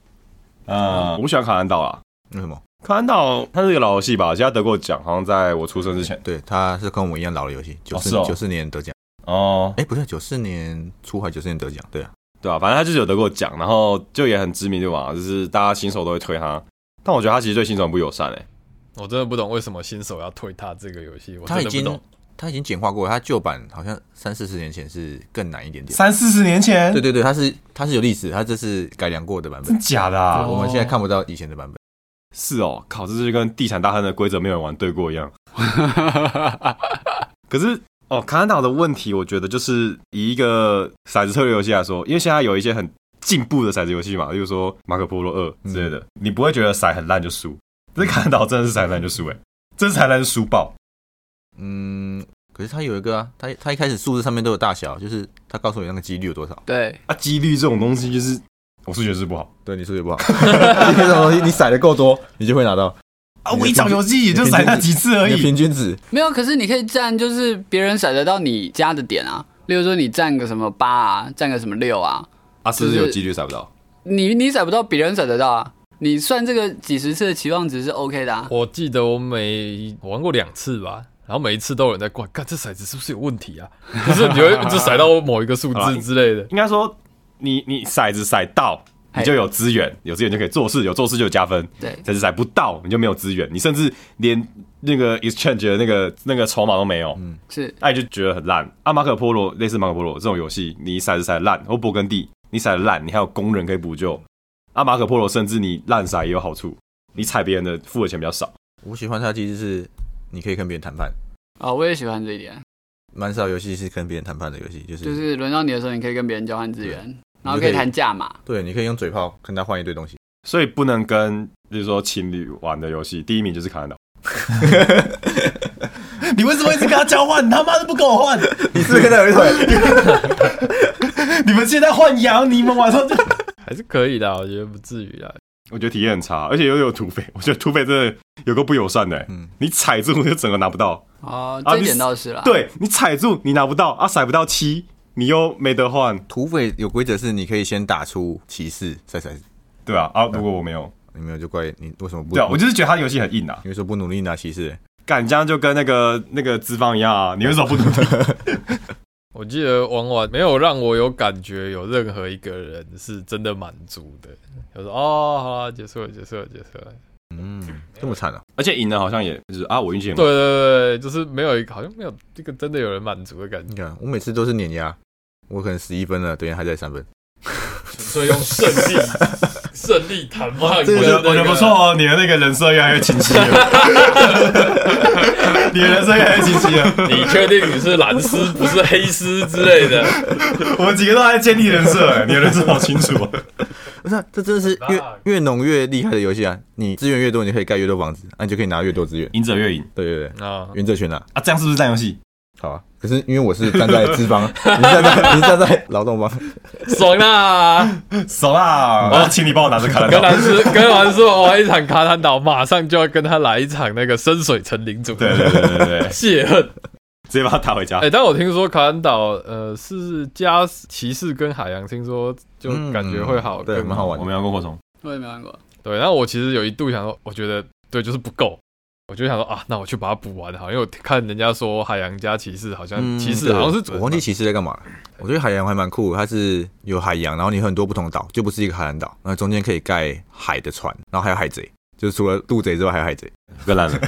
[SPEAKER 5] 啊，我不喜欢卡兰岛啦。
[SPEAKER 2] 为什么？
[SPEAKER 5] 卡兰岛它是一个老游戏吧？其实它得过奖，好像在我出生之前。
[SPEAKER 2] 对，它是跟我们一样老的游戏，九四
[SPEAKER 5] 是哦
[SPEAKER 2] 九四年得奖。
[SPEAKER 5] 哦，
[SPEAKER 2] 哎，不是九四年初还九四年得奖？对啊，
[SPEAKER 5] 对啊，反正他就是有得过奖，然后就也很知名，对吧？就是大家新手都会推他，但我觉得他其实对新手很不友善诶、欸
[SPEAKER 1] 我真的不懂为什么新手要推他这个游戏，我
[SPEAKER 2] 它
[SPEAKER 1] 真
[SPEAKER 2] 已
[SPEAKER 1] 的不懂
[SPEAKER 2] 经。它已经简化过了，它旧版好像三四十年前是更难一点点。
[SPEAKER 5] 三四十年前
[SPEAKER 2] 对对对，它是它是有历史，它这是改良过的版本。
[SPEAKER 5] 假的啊
[SPEAKER 2] 我们现在看不到以前的版本。
[SPEAKER 5] 是哦，靠，这就跟地产大亨的规则没有人玩对过一样。可是哦，卡兰岛的问题，我觉得就是以一个骰子策略游戏来说，因为现在有一些很进步的骰子游戏嘛，例如说马可波罗
[SPEAKER 2] 嗯
[SPEAKER 5] 二之类的，你不会觉得骰很烂就输。这卡兰岛真的是骰很烂就输诶、这是骰烂就输爆。
[SPEAKER 2] 嗯，可是它有一个啊，它它一开始数字上面都有大小，就是它告诉你那个几率有多少。
[SPEAKER 4] 对，
[SPEAKER 5] 啊，几率这种东西就是我数学是不好。
[SPEAKER 2] 对你数学不好，这种东西 你骰的够多，你就会拿到。
[SPEAKER 5] 啊，我一场游戏也就甩那几次而
[SPEAKER 2] 你的
[SPEAKER 5] 已。
[SPEAKER 2] 平均值
[SPEAKER 4] 没有，可是你可以站，就是别人甩得到你加的点啊。例如说，你站个什么八啊，站个什么六啊，
[SPEAKER 5] 啊，
[SPEAKER 4] 是不是有几
[SPEAKER 5] 率甩不到？，
[SPEAKER 4] 你你甩不到，别人甩得到啊。你算这个几十次的期望值是 OK 的啊。
[SPEAKER 1] 我记得我每我玩过两次吧，然后每一次都有人在怪，干这骰子是不是有问题 啊？就是你会就骰到某一个数字之类的
[SPEAKER 5] 应该说，你你骰子骰到，
[SPEAKER 4] 嘿
[SPEAKER 5] 你就有资源，有资源就可以做事，有做事就有加分。
[SPEAKER 4] 对
[SPEAKER 5] 骰子骰不到，你就没有资源，你甚至连那个 exchange 的那个那个筹码都没有，
[SPEAKER 2] 嗯
[SPEAKER 4] 是
[SPEAKER 5] 那、你就觉得很烂。啊，马可波罗类似马可波罗这种游戏，你骰子骰得烂，或勃艮第，你骰得烂，你还有工人可以补救。啊，马可波罗甚至你烂骰也有好处，你踩别人的付的钱比较少。
[SPEAKER 2] 我喜欢它，其实是你可以跟别人谈判，
[SPEAKER 4] 啊、我也喜欢这一点，
[SPEAKER 2] 蛮少游戏是跟别人谈判的游戏，就是
[SPEAKER 4] 就是轮到你的时候，你可以跟别人交换资源，然
[SPEAKER 2] 你
[SPEAKER 4] 后可
[SPEAKER 2] 就可以
[SPEAKER 4] 以谈价码。
[SPEAKER 2] 对，你可以用嘴炮跟他换一堆东西。
[SPEAKER 5] 所以不能跟，比如说情侣玩的游戏，第一名就是卡兰岛。你为什么一直跟他交换？你他妈的不跟我换！
[SPEAKER 2] 你是不是跟他有一腿？
[SPEAKER 5] 你们现在换羊，你们晚上就……
[SPEAKER 1] 还是可以的啊，我觉得不至于啊。
[SPEAKER 5] 我觉得体验很差，而且又有土匪， 我觉得土匪真的有个不友善的、欸
[SPEAKER 2] 嗯
[SPEAKER 5] 你踩住就整个拿不到，
[SPEAKER 4] 哦，
[SPEAKER 5] 啊
[SPEAKER 4] 这
[SPEAKER 5] 你
[SPEAKER 4] 一点倒是啦。，
[SPEAKER 5] 对你踩住你拿不到啊，踩不到七，你又没得换，
[SPEAKER 2] 土匪有规则是你可以先打出骑士再才，
[SPEAKER 5] 对吧、啊？如果我没有，
[SPEAKER 2] 你没有就怪你为什么不？
[SPEAKER 5] 对啊，我就是觉得他游戏很硬啊，
[SPEAKER 2] 你为什么不努力拿骑士？
[SPEAKER 5] 干你这样就跟那个那个资方一样啊，你为什么不努力？
[SPEAKER 1] 我记得玩完没有让我有感觉有任何一个人是真的满足的。我说哦，好啦，结束了，结束了，结束了。
[SPEAKER 2] 嗯，这么惨啊！
[SPEAKER 5] 而且赢了好像也就是啊，我运气很好
[SPEAKER 1] 对对对，就是没有一个好像没有这个真的有人满足的感觉
[SPEAKER 2] 你，看我每次都是碾压，我可能十一分了，等一下还在三分。
[SPEAKER 1] 所以用胜 利胜利谈判，
[SPEAKER 5] 我觉得我觉得不错。哦，你的那个人设越来越清晰 了，你的人设越来越清晰了。
[SPEAKER 1] 你确定你是蓝丝不是黑丝之类的？
[SPEAKER 5] 我们几个都还在建立人设，哎你的人设好清楚哦。
[SPEAKER 2] 不是啊，这真的是
[SPEAKER 5] 欸
[SPEAKER 2] 越越浓越厉害的游戏啊！你资源越多，你可以盖越多房子，那、你就可以拿越多资源。
[SPEAKER 5] 赢者越赢
[SPEAKER 2] 对对对，
[SPEAKER 1] 啊，
[SPEAKER 2] 原则权 啊，
[SPEAKER 5] 嗯啊，这样是不是占游戏？
[SPEAKER 2] 好啊。可是因为我是站在资方，你是站在你是站在劳动方，
[SPEAKER 1] 爽啦！
[SPEAKER 5] 手啦！我要请你帮我拿着卡
[SPEAKER 1] 跟
[SPEAKER 5] 来。
[SPEAKER 1] 蓝丝跟蓝丝玩一场卡坦岛，马上就要跟他来一场那个深水城领主，
[SPEAKER 5] 对对对对 对，对
[SPEAKER 1] 泄恨。
[SPEAKER 5] 直接把他打回
[SPEAKER 2] 啊
[SPEAKER 5] 家
[SPEAKER 1] 哎、。但我听说卡兰岛，呃，是加骑士跟海洋，听说就感觉会好，
[SPEAKER 2] 嗯对，
[SPEAKER 1] 更
[SPEAKER 2] 蛮好。玩
[SPEAKER 5] 哦
[SPEAKER 2] 的。
[SPEAKER 5] 我们要过火虫，
[SPEAKER 4] 我也没玩过。
[SPEAKER 1] 对，然后我其实有一度想说，我觉得对，就是不够，我就想说啊，那我去把它补完好，因为我看人家说海洋加骑士好像骑士
[SPEAKER 2] 嗯对
[SPEAKER 1] 好像是准
[SPEAKER 2] 我
[SPEAKER 1] 的
[SPEAKER 2] 忘记骑士在干嘛了。我觉得海洋还蛮酷的，它是有海洋，然后你有很多不同岛，就不是一个海南岛，然后中间可以盖海的船，然后还有海贼，就是除了渡贼之外还有海贼，
[SPEAKER 5] 更烂了。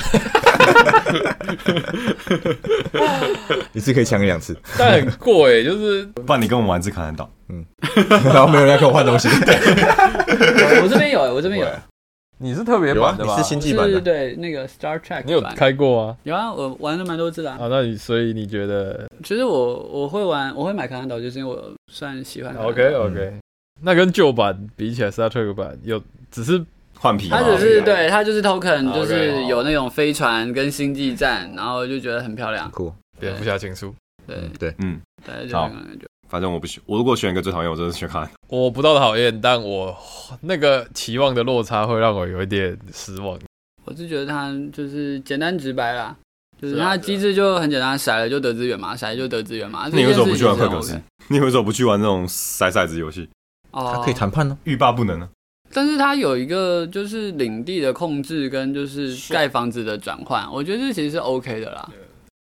[SPEAKER 2] 一次可以抢两次，
[SPEAKER 1] 但很贵、就是
[SPEAKER 5] 不然你跟我们玩一次卡南岛，
[SPEAKER 2] 然后没有人要跟我换东西。
[SPEAKER 4] 我我这边有，我这边有，
[SPEAKER 1] 你是特别版的
[SPEAKER 2] 啊你
[SPEAKER 1] 吧？
[SPEAKER 2] 是星际版
[SPEAKER 4] 是
[SPEAKER 2] 的，
[SPEAKER 4] 对那个 Star Trek
[SPEAKER 1] 你有
[SPEAKER 4] 版
[SPEAKER 1] 开过啊？
[SPEAKER 4] 有啊，我玩了蛮多次的啊、
[SPEAKER 1] 啊，那你所以你觉得
[SPEAKER 4] 其实我我会玩，我会买《卡坦岛》，就是因为我算喜
[SPEAKER 5] 哎
[SPEAKER 4] 欢。
[SPEAKER 1] OK
[SPEAKER 5] 嗯
[SPEAKER 1] OK？、那跟旧版比起来，Star Trek 版有只是
[SPEAKER 5] 换皮嘛。
[SPEAKER 4] 它只是对它就是 token，
[SPEAKER 1] OK
[SPEAKER 4] 就是有那种飞船跟星际战，然后就觉得很漂亮。
[SPEAKER 2] 酷，
[SPEAKER 1] 蝙蝠侠情书，
[SPEAKER 4] 对
[SPEAKER 2] 对，
[SPEAKER 5] 嗯，
[SPEAKER 4] 大家就那种感觉。
[SPEAKER 5] 反正我不喜，我如果选一个最讨厌，我真的是选卡南岛。
[SPEAKER 1] 我不到讨厌，但我那个期望的落差会让我有一点失望。
[SPEAKER 4] 我是觉得它就是简单直白啦，就是
[SPEAKER 1] 是啊
[SPEAKER 4] 它机制就很简单，骰了就得资源嘛，骰了就得资源嘛。
[SPEAKER 5] 你为什么不去玩快格
[SPEAKER 4] 这件事情
[SPEAKER 5] 斯
[SPEAKER 4] 是很？
[SPEAKER 5] 你为什么不去玩那种骰骰子游戏？
[SPEAKER 4] OK？
[SPEAKER 2] 它
[SPEAKER 4] 哦，
[SPEAKER 2] 可以谈判呢。
[SPEAKER 5] 欲罢不能啊呢？
[SPEAKER 4] 但是它有一个就是领地的控制跟就是盖房子的转换，我觉得这其实是 OK 的啦。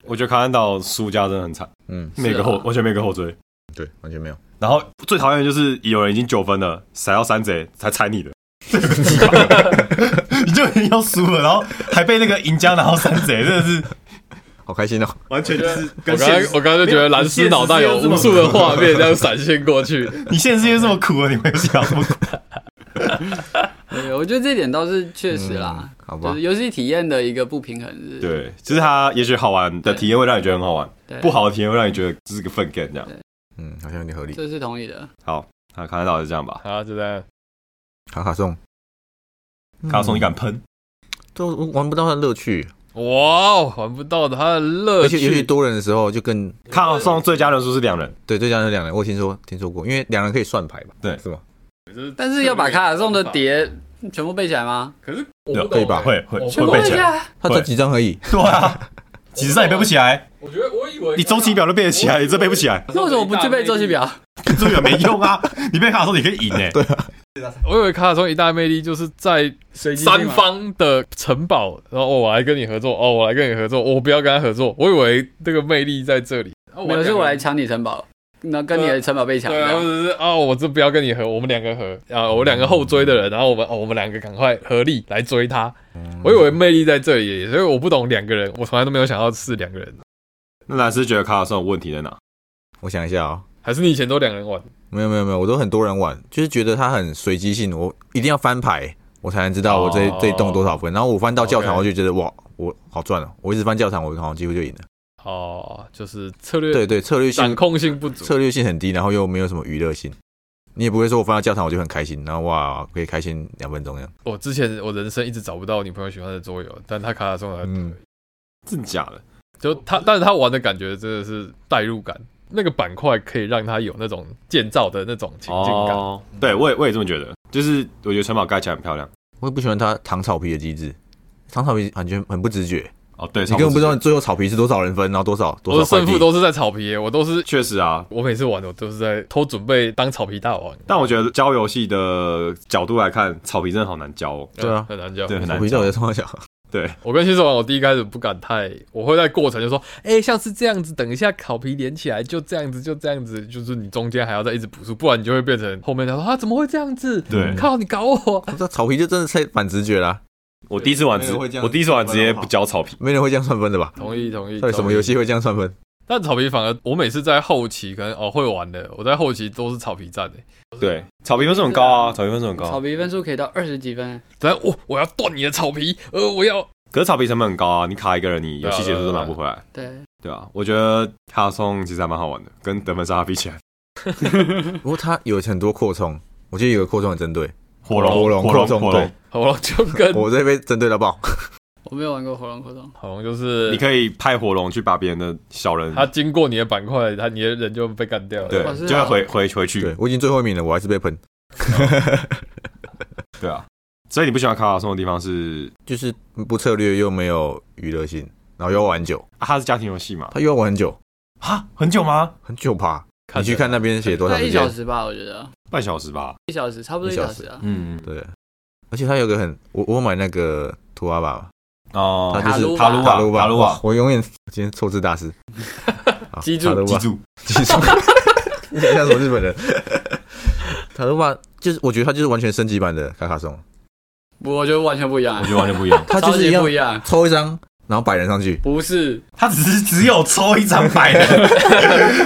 [SPEAKER 5] 我觉得卡南岛输家真的很惨，
[SPEAKER 2] 嗯，
[SPEAKER 5] 每个
[SPEAKER 4] 是啊
[SPEAKER 5] 后完全没个后追。
[SPEAKER 2] 对，完全没有。
[SPEAKER 5] 然后最讨厌的就是有人已经九分了，甩到三贼才踩你的，你就已经要输了，然后还被那个赢家拿到 三贼，真的是
[SPEAKER 2] 好开心哦！
[SPEAKER 5] 完全就是
[SPEAKER 1] 我
[SPEAKER 5] 跟
[SPEAKER 1] 刚
[SPEAKER 5] 现
[SPEAKER 1] 刚
[SPEAKER 5] 实，
[SPEAKER 1] 我刚刚就觉得蓝斯脑袋有无数的画面这样闪现过 去，
[SPEAKER 5] 你现实世界这么苦了，你会想这么苦？
[SPEAKER 4] 对，我觉得这点倒是确实啦，
[SPEAKER 2] 嗯好吧
[SPEAKER 4] 就是，游戏体验的一个不平衡是。
[SPEAKER 5] 对，就是它也许好玩的体验会让你觉得很好玩，
[SPEAKER 4] 对
[SPEAKER 5] 不，好的体验会让你觉得这是个粪坑这样。
[SPEAKER 2] 嗯，好像有点合理。
[SPEAKER 4] 这是同意的。
[SPEAKER 5] 好，那卡南岛就这样吧，
[SPEAKER 1] 好，就这样。
[SPEAKER 2] 卡卡颂，嗯
[SPEAKER 5] 卡松你敢喷？
[SPEAKER 2] 都玩不到它的乐趣，
[SPEAKER 1] 哇哦，玩不到的他的乐
[SPEAKER 2] 而且尤其
[SPEAKER 1] 趣，
[SPEAKER 2] 多人的时候就更
[SPEAKER 5] 卡松最佳人数是两
[SPEAKER 1] 哦
[SPEAKER 5] 人，
[SPEAKER 2] 对。再加上两人，我有听说听说过，因为两人可以算牌吧？
[SPEAKER 5] 对
[SPEAKER 2] 是吗？
[SPEAKER 4] 但是要把卡卡颂的碟全部背起来吗？
[SPEAKER 1] 可是我不懂
[SPEAKER 2] 对吧
[SPEAKER 1] 欸
[SPEAKER 5] 会会
[SPEAKER 1] 我不
[SPEAKER 5] 会
[SPEAKER 1] 懂
[SPEAKER 5] 背起来，
[SPEAKER 4] 来。啊
[SPEAKER 2] 它
[SPEAKER 5] 会
[SPEAKER 2] 这几张而已，
[SPEAKER 5] 对啊，几十上也背不起来，
[SPEAKER 1] 我觉得我以为
[SPEAKER 5] 你周期表都背得起来，你这背不起来，
[SPEAKER 4] 那为什么不具备周期？表？
[SPEAKER 5] 这个没 用啊！你背卡松你可以赢欸诶，对，
[SPEAKER 1] 我以为卡卡颂一大魅力就是在三方的城堡，然后、哦、我来跟你合作，哦，我来跟你合作，我不要跟他合作。我以为这个魅力在这里，啊
[SPEAKER 4] 没有，哦是我来抢你城堡，那跟你的城堡被抢。
[SPEAKER 1] 对啊，或
[SPEAKER 4] 这样
[SPEAKER 1] 者是哦，我这不要跟你合，我们两个合啊，我两个后追的人，然后我们哦，我们两个赶快合力来追他。
[SPEAKER 4] 嗯
[SPEAKER 1] 我以
[SPEAKER 2] 嗯
[SPEAKER 1] 为魅力在这里，所以我不懂两个人，我从来都没有想到是两个人，
[SPEAKER 5] 那男是觉得卡卡松有问题在哪？
[SPEAKER 2] 我想一下啊、
[SPEAKER 1] 还是你以前都两人玩？
[SPEAKER 2] 没有没有没有，我都很多人玩，就是觉得它很随机性，我一定要翻牌，我才能知道我这、
[SPEAKER 1] 哦
[SPEAKER 2] 这一栋多少分。然后我翻到教堂，
[SPEAKER 1] OK
[SPEAKER 2] 我就觉得哇，我好赚哦！我一直翻教堂，我好像几乎就赢了。
[SPEAKER 1] 哦，就是策略
[SPEAKER 2] 对对，策略
[SPEAKER 1] 掌
[SPEAKER 2] 性
[SPEAKER 1] 控性不足。
[SPEAKER 2] 策略性很低，然后又没有什么娱乐性。你也不会说我翻到教堂我就很开心，然后哇可以开心两分钟这样。
[SPEAKER 1] 我之前我人生一直找不到我女朋友喜欢的桌游，但她卡卡颂的，
[SPEAKER 2] 嗯
[SPEAKER 5] 真的假的？
[SPEAKER 1] 就她，但是她玩的感觉真的是代入感，那个板块可以让她有那种建造的那种情境感。
[SPEAKER 2] 哦
[SPEAKER 5] 对我也我也这么觉得。就是我觉得城堡盖起来很漂亮。
[SPEAKER 2] 我也不喜欢它糖草皮的机制，糖草皮感觉很不直觉，
[SPEAKER 5] 哦，对，
[SPEAKER 2] 你根本不知道
[SPEAKER 5] 超
[SPEAKER 2] 你最后草皮是多少人分，然后多少
[SPEAKER 1] 我
[SPEAKER 2] 多
[SPEAKER 1] 的
[SPEAKER 2] 少块
[SPEAKER 1] 胜
[SPEAKER 2] 地
[SPEAKER 1] 负。都是在草皮耶，我都是
[SPEAKER 5] 确实啊，
[SPEAKER 1] 我每次玩我都是在偷准备当草皮大王，
[SPEAKER 5] 但我觉得教游戏的角度来看，草皮真的好难教哦。
[SPEAKER 2] 对啊
[SPEAKER 1] 呃很难教。
[SPEAKER 5] 对，很
[SPEAKER 2] 草
[SPEAKER 5] 难
[SPEAKER 2] 皮在
[SPEAKER 5] 教
[SPEAKER 2] 我。的窗小，
[SPEAKER 5] 对，
[SPEAKER 1] 我跟新手玩，我第一开始不敢太，我会在过程就说，哎、像是这样子，等一下烤皮连起来，就这样子，就这样子，就是你中间还要再一直补数，不然你就会变成后面他说啊，怎么会这样子？
[SPEAKER 5] 对
[SPEAKER 2] 嗯
[SPEAKER 1] 靠，你搞我！
[SPEAKER 2] 这草皮就真的太反直觉啦，
[SPEAKER 5] 我第一次玩直，
[SPEAKER 2] 没人会这样
[SPEAKER 5] 我第一次玩直接不教草皮。
[SPEAKER 2] 没人会这样算分的吧？
[SPEAKER 1] 同意同意。
[SPEAKER 2] 到底什么
[SPEAKER 1] 同意
[SPEAKER 2] 游戏？会这样算分？
[SPEAKER 1] 但草皮反而我每次在后期可能哦会玩的，我在后期都是草皮战的、欸
[SPEAKER 5] 对，草皮分数很高啊，草皮分数很高
[SPEAKER 4] 草
[SPEAKER 5] 啊，
[SPEAKER 4] 皮分数可以到二十几分，
[SPEAKER 1] 然后我哦我要断你的草皮，呃，我要
[SPEAKER 5] 可是草皮成本很高啊，你卡一个人，你游戏结束都拿不回来。
[SPEAKER 4] 对，
[SPEAKER 5] 对啊，我觉得卡松其实还蛮好玩的，跟得分沙比起来，
[SPEAKER 2] 不过它有很多扩充，我记得有个扩充很针对，
[SPEAKER 5] 火
[SPEAKER 2] 火龙
[SPEAKER 5] 火
[SPEAKER 2] 扩
[SPEAKER 5] 龙，
[SPEAKER 2] 充，
[SPEAKER 5] 火
[SPEAKER 2] 对
[SPEAKER 5] 龙，嗯
[SPEAKER 1] 火龙就跟
[SPEAKER 2] 我这被针对到爆。
[SPEAKER 4] 我没有玩过火龙活动，
[SPEAKER 1] 火龙就是
[SPEAKER 5] 你可以派火龙去把别人的小人，
[SPEAKER 1] 他经过你的板块，他你的人就被干掉了。
[SPEAKER 5] 对
[SPEAKER 4] 我是，
[SPEAKER 5] 就会
[SPEAKER 4] 啊
[SPEAKER 5] 回回回去
[SPEAKER 2] 对。我已经最后一名了，我还是被 喷，
[SPEAKER 5] 对啊，所以你不喜欢卡卡松的地方是，
[SPEAKER 2] 就是不策略又没有娱乐性，然后又要玩很久，
[SPEAKER 5] 啊它是家庭游戏嘛？
[SPEAKER 2] 他又要玩很久，
[SPEAKER 5] 啊，很久吗？
[SPEAKER 2] 很久吧？
[SPEAKER 1] 看
[SPEAKER 2] 你
[SPEAKER 1] 着
[SPEAKER 2] 去看那边写多少
[SPEAKER 4] 大概
[SPEAKER 2] 时
[SPEAKER 4] 一小
[SPEAKER 2] 间？
[SPEAKER 4] 时吧，我觉得
[SPEAKER 5] 半小时吧。
[SPEAKER 4] 一小时差不多一小时啊。
[SPEAKER 5] 嗯，
[SPEAKER 2] 对，而且他有个很，我我买那个图阿爸，
[SPEAKER 5] 哦
[SPEAKER 2] 他就是
[SPEAKER 4] 塔
[SPEAKER 5] 鲁
[SPEAKER 4] 鲁
[SPEAKER 5] 瓦
[SPEAKER 2] 塔鲁
[SPEAKER 5] 塔
[SPEAKER 2] 瓦，
[SPEAKER 5] 鲁瓦
[SPEAKER 2] 哇我永远今天错字大师，好
[SPEAKER 1] 记住
[SPEAKER 2] 塔鲁
[SPEAKER 5] 记
[SPEAKER 2] 瓦，
[SPEAKER 5] 住，
[SPEAKER 2] 记住， 你想像什么日本人？塔鲁瓦就是，我觉得他就是完全升级版的卡卡颂，
[SPEAKER 4] 不，我觉得完全不一样
[SPEAKER 5] 我，觉得完全不一 样。
[SPEAKER 2] 他就是一
[SPEAKER 4] 超级
[SPEAKER 2] 样
[SPEAKER 4] 不一样，
[SPEAKER 2] 抽一张，然后摆人上去，
[SPEAKER 4] 不是
[SPEAKER 5] 他只是只有抽一张牌 的，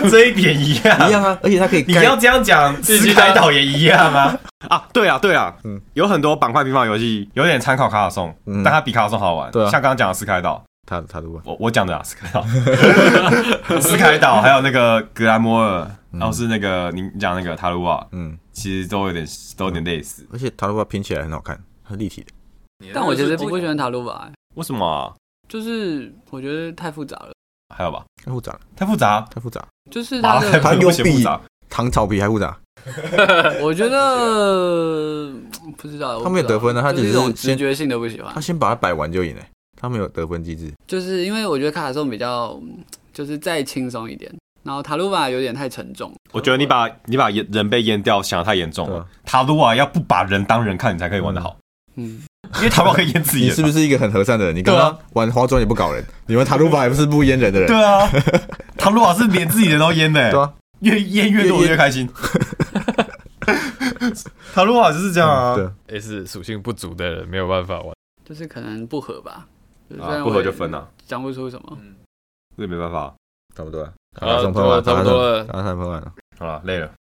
[SPEAKER 5] 这一点一样
[SPEAKER 2] 一样啊，而且他 可以盖
[SPEAKER 5] 这样讲，
[SPEAKER 1] 斯凯岛
[SPEAKER 5] 也一样啊！ 啊，对啊，对啊，
[SPEAKER 2] 嗯
[SPEAKER 5] 有很多板块平方游戏有点参考卡卡颂，
[SPEAKER 2] 嗯
[SPEAKER 5] 但它比卡卡颂好玩。
[SPEAKER 2] 对啊
[SPEAKER 5] 像刚刚讲的斯凯岛，
[SPEAKER 2] 塔塔鲁瓦，
[SPEAKER 5] 我我讲的啊，斯凯 岛，斯凯岛，还有那个格兰摩尔，然后是那个你你讲那个塔鲁瓦，
[SPEAKER 2] 嗯，
[SPEAKER 5] 其实都有点都有点类似。
[SPEAKER 2] 而且塔鲁瓦拼起来很好看，很立体的。
[SPEAKER 4] 但我觉得不喜欢塔鲁瓦，
[SPEAKER 5] 为什么啊？
[SPEAKER 4] 就是我觉得太复杂了，
[SPEAKER 5] 还有吧，
[SPEAKER 2] 太复杂了，
[SPEAKER 5] 太复杂，啊
[SPEAKER 2] 太复杂，
[SPEAKER 4] 就是
[SPEAKER 5] 麻
[SPEAKER 4] 它
[SPEAKER 5] 烦
[SPEAKER 4] 的，
[SPEAKER 2] 它
[SPEAKER 5] 不行
[SPEAKER 2] 有
[SPEAKER 5] 复
[SPEAKER 2] 比
[SPEAKER 5] 杂。
[SPEAKER 2] 糖草皮还复杂。
[SPEAKER 4] 我觉得不知道，
[SPEAKER 2] 他没有得分啊
[SPEAKER 4] 我不知道
[SPEAKER 2] 他只
[SPEAKER 4] 就是是一种直
[SPEAKER 2] 先
[SPEAKER 4] 觉性的不喜欢
[SPEAKER 2] 他，先把它摆完就赢了，他没有得分机制。
[SPEAKER 4] 就是因为我觉得卡卡颂比较就是再轻松一点，然后塔鲁瓦有点太沉重。
[SPEAKER 5] 我觉得你把你把人人被淹掉想的太严重
[SPEAKER 2] 对
[SPEAKER 5] 了
[SPEAKER 2] 啊。
[SPEAKER 5] 塔鲁瓦要不把人当人看，你才可以玩得好，
[SPEAKER 4] 嗯，
[SPEAKER 5] 因为塔鲁瓦可以淹自己
[SPEAKER 2] 你
[SPEAKER 5] 人
[SPEAKER 2] 是
[SPEAKER 5] 嘛。
[SPEAKER 2] 不是一个很和善的人？你刚
[SPEAKER 5] 对啊
[SPEAKER 2] 刚玩花砖也不搞人，你玩塔鲁法也不是不淹人的人。
[SPEAKER 5] 对啊，塔鲁瓦是连自己人都淹 的、
[SPEAKER 2] 对啊，
[SPEAKER 5] 越淹越多
[SPEAKER 2] 越
[SPEAKER 5] 我越开心。 塔鲁瓦就是这样
[SPEAKER 2] 嗯
[SPEAKER 5] 啊，
[SPEAKER 2] 对，
[SPEAKER 1] 也哎是属性不足的人没有办法玩。
[SPEAKER 4] 就是可能不合吧，就是虽
[SPEAKER 5] 啊
[SPEAKER 4] 然
[SPEAKER 5] 不合
[SPEAKER 4] 我
[SPEAKER 5] 就分了，
[SPEAKER 4] 讲不出什么。
[SPEAKER 5] 这没办法。
[SPEAKER 2] 差不多啊了。
[SPEAKER 1] 好
[SPEAKER 2] 卡卡
[SPEAKER 1] 了，
[SPEAKER 2] 颂
[SPEAKER 1] 差
[SPEAKER 2] 喷
[SPEAKER 1] 不多
[SPEAKER 2] 完，
[SPEAKER 1] 啊差不多了。
[SPEAKER 2] 卡卡颂喷完了。
[SPEAKER 5] 好了，累了，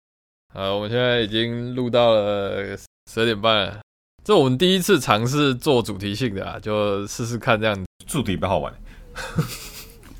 [SPEAKER 1] 呃，我们现在已经录到了十二点半了，这我们第一次尝试做主题性的啊，就试试看这样子，
[SPEAKER 5] 住的比较好玩。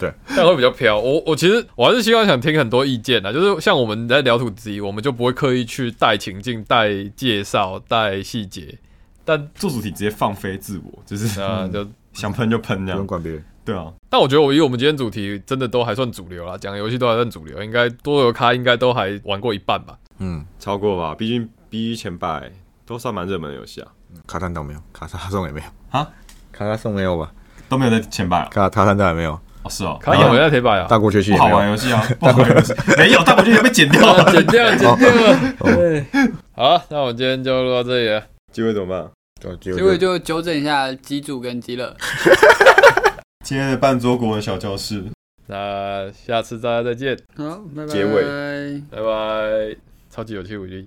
[SPEAKER 1] 但会比较飘。我我其实我还是希望想听很多意见啊，就是像我们在聊土鸡，我们就不会刻意去带情境、带介绍、带细节，但
[SPEAKER 5] 做主题直接放飞自我，就是
[SPEAKER 1] 啊、就
[SPEAKER 5] 想喷就喷
[SPEAKER 2] 不
[SPEAKER 5] 这
[SPEAKER 2] 用
[SPEAKER 5] 样。
[SPEAKER 2] 管别人，
[SPEAKER 5] 对 啊，
[SPEAKER 1] 但我觉得我以我们今天主题真的都还算主流啦，讲的游戏都还算主流，应该多游咖应该都还玩过一半吧。
[SPEAKER 2] 嗯，
[SPEAKER 5] 超过吧，毕竟 B 前百都算蛮热门的游戏啊，
[SPEAKER 2] 卡坦岛没有，卡卡颂也没有
[SPEAKER 5] 啊，
[SPEAKER 2] 卡卡颂没有吧？
[SPEAKER 5] 都没有在前百啊。
[SPEAKER 2] 卡卡坦岛也没有，
[SPEAKER 5] 哦，是哦，
[SPEAKER 1] 卡也回在铁板啊，
[SPEAKER 2] 大国崛起
[SPEAKER 5] 不
[SPEAKER 2] 也
[SPEAKER 5] 好
[SPEAKER 2] 没
[SPEAKER 5] 玩
[SPEAKER 2] 有。
[SPEAKER 5] 游戏啊，不好玩游戏，没有，但我觉得被剪掉
[SPEAKER 1] 啊
[SPEAKER 5] 了。
[SPEAKER 1] 剪掉剪掉了。对， 好，那我们今天就录到这里了。
[SPEAKER 5] 机会怎么办？
[SPEAKER 2] 对结
[SPEAKER 4] 结果就纠正一下基柱跟基乐，
[SPEAKER 5] 今天的半桌国文小教室，
[SPEAKER 1] 那下次大家再见，
[SPEAKER 4] 好，拜拜。
[SPEAKER 5] 结
[SPEAKER 4] 尾。
[SPEAKER 1] 拜拜，超级有趣，我觉得。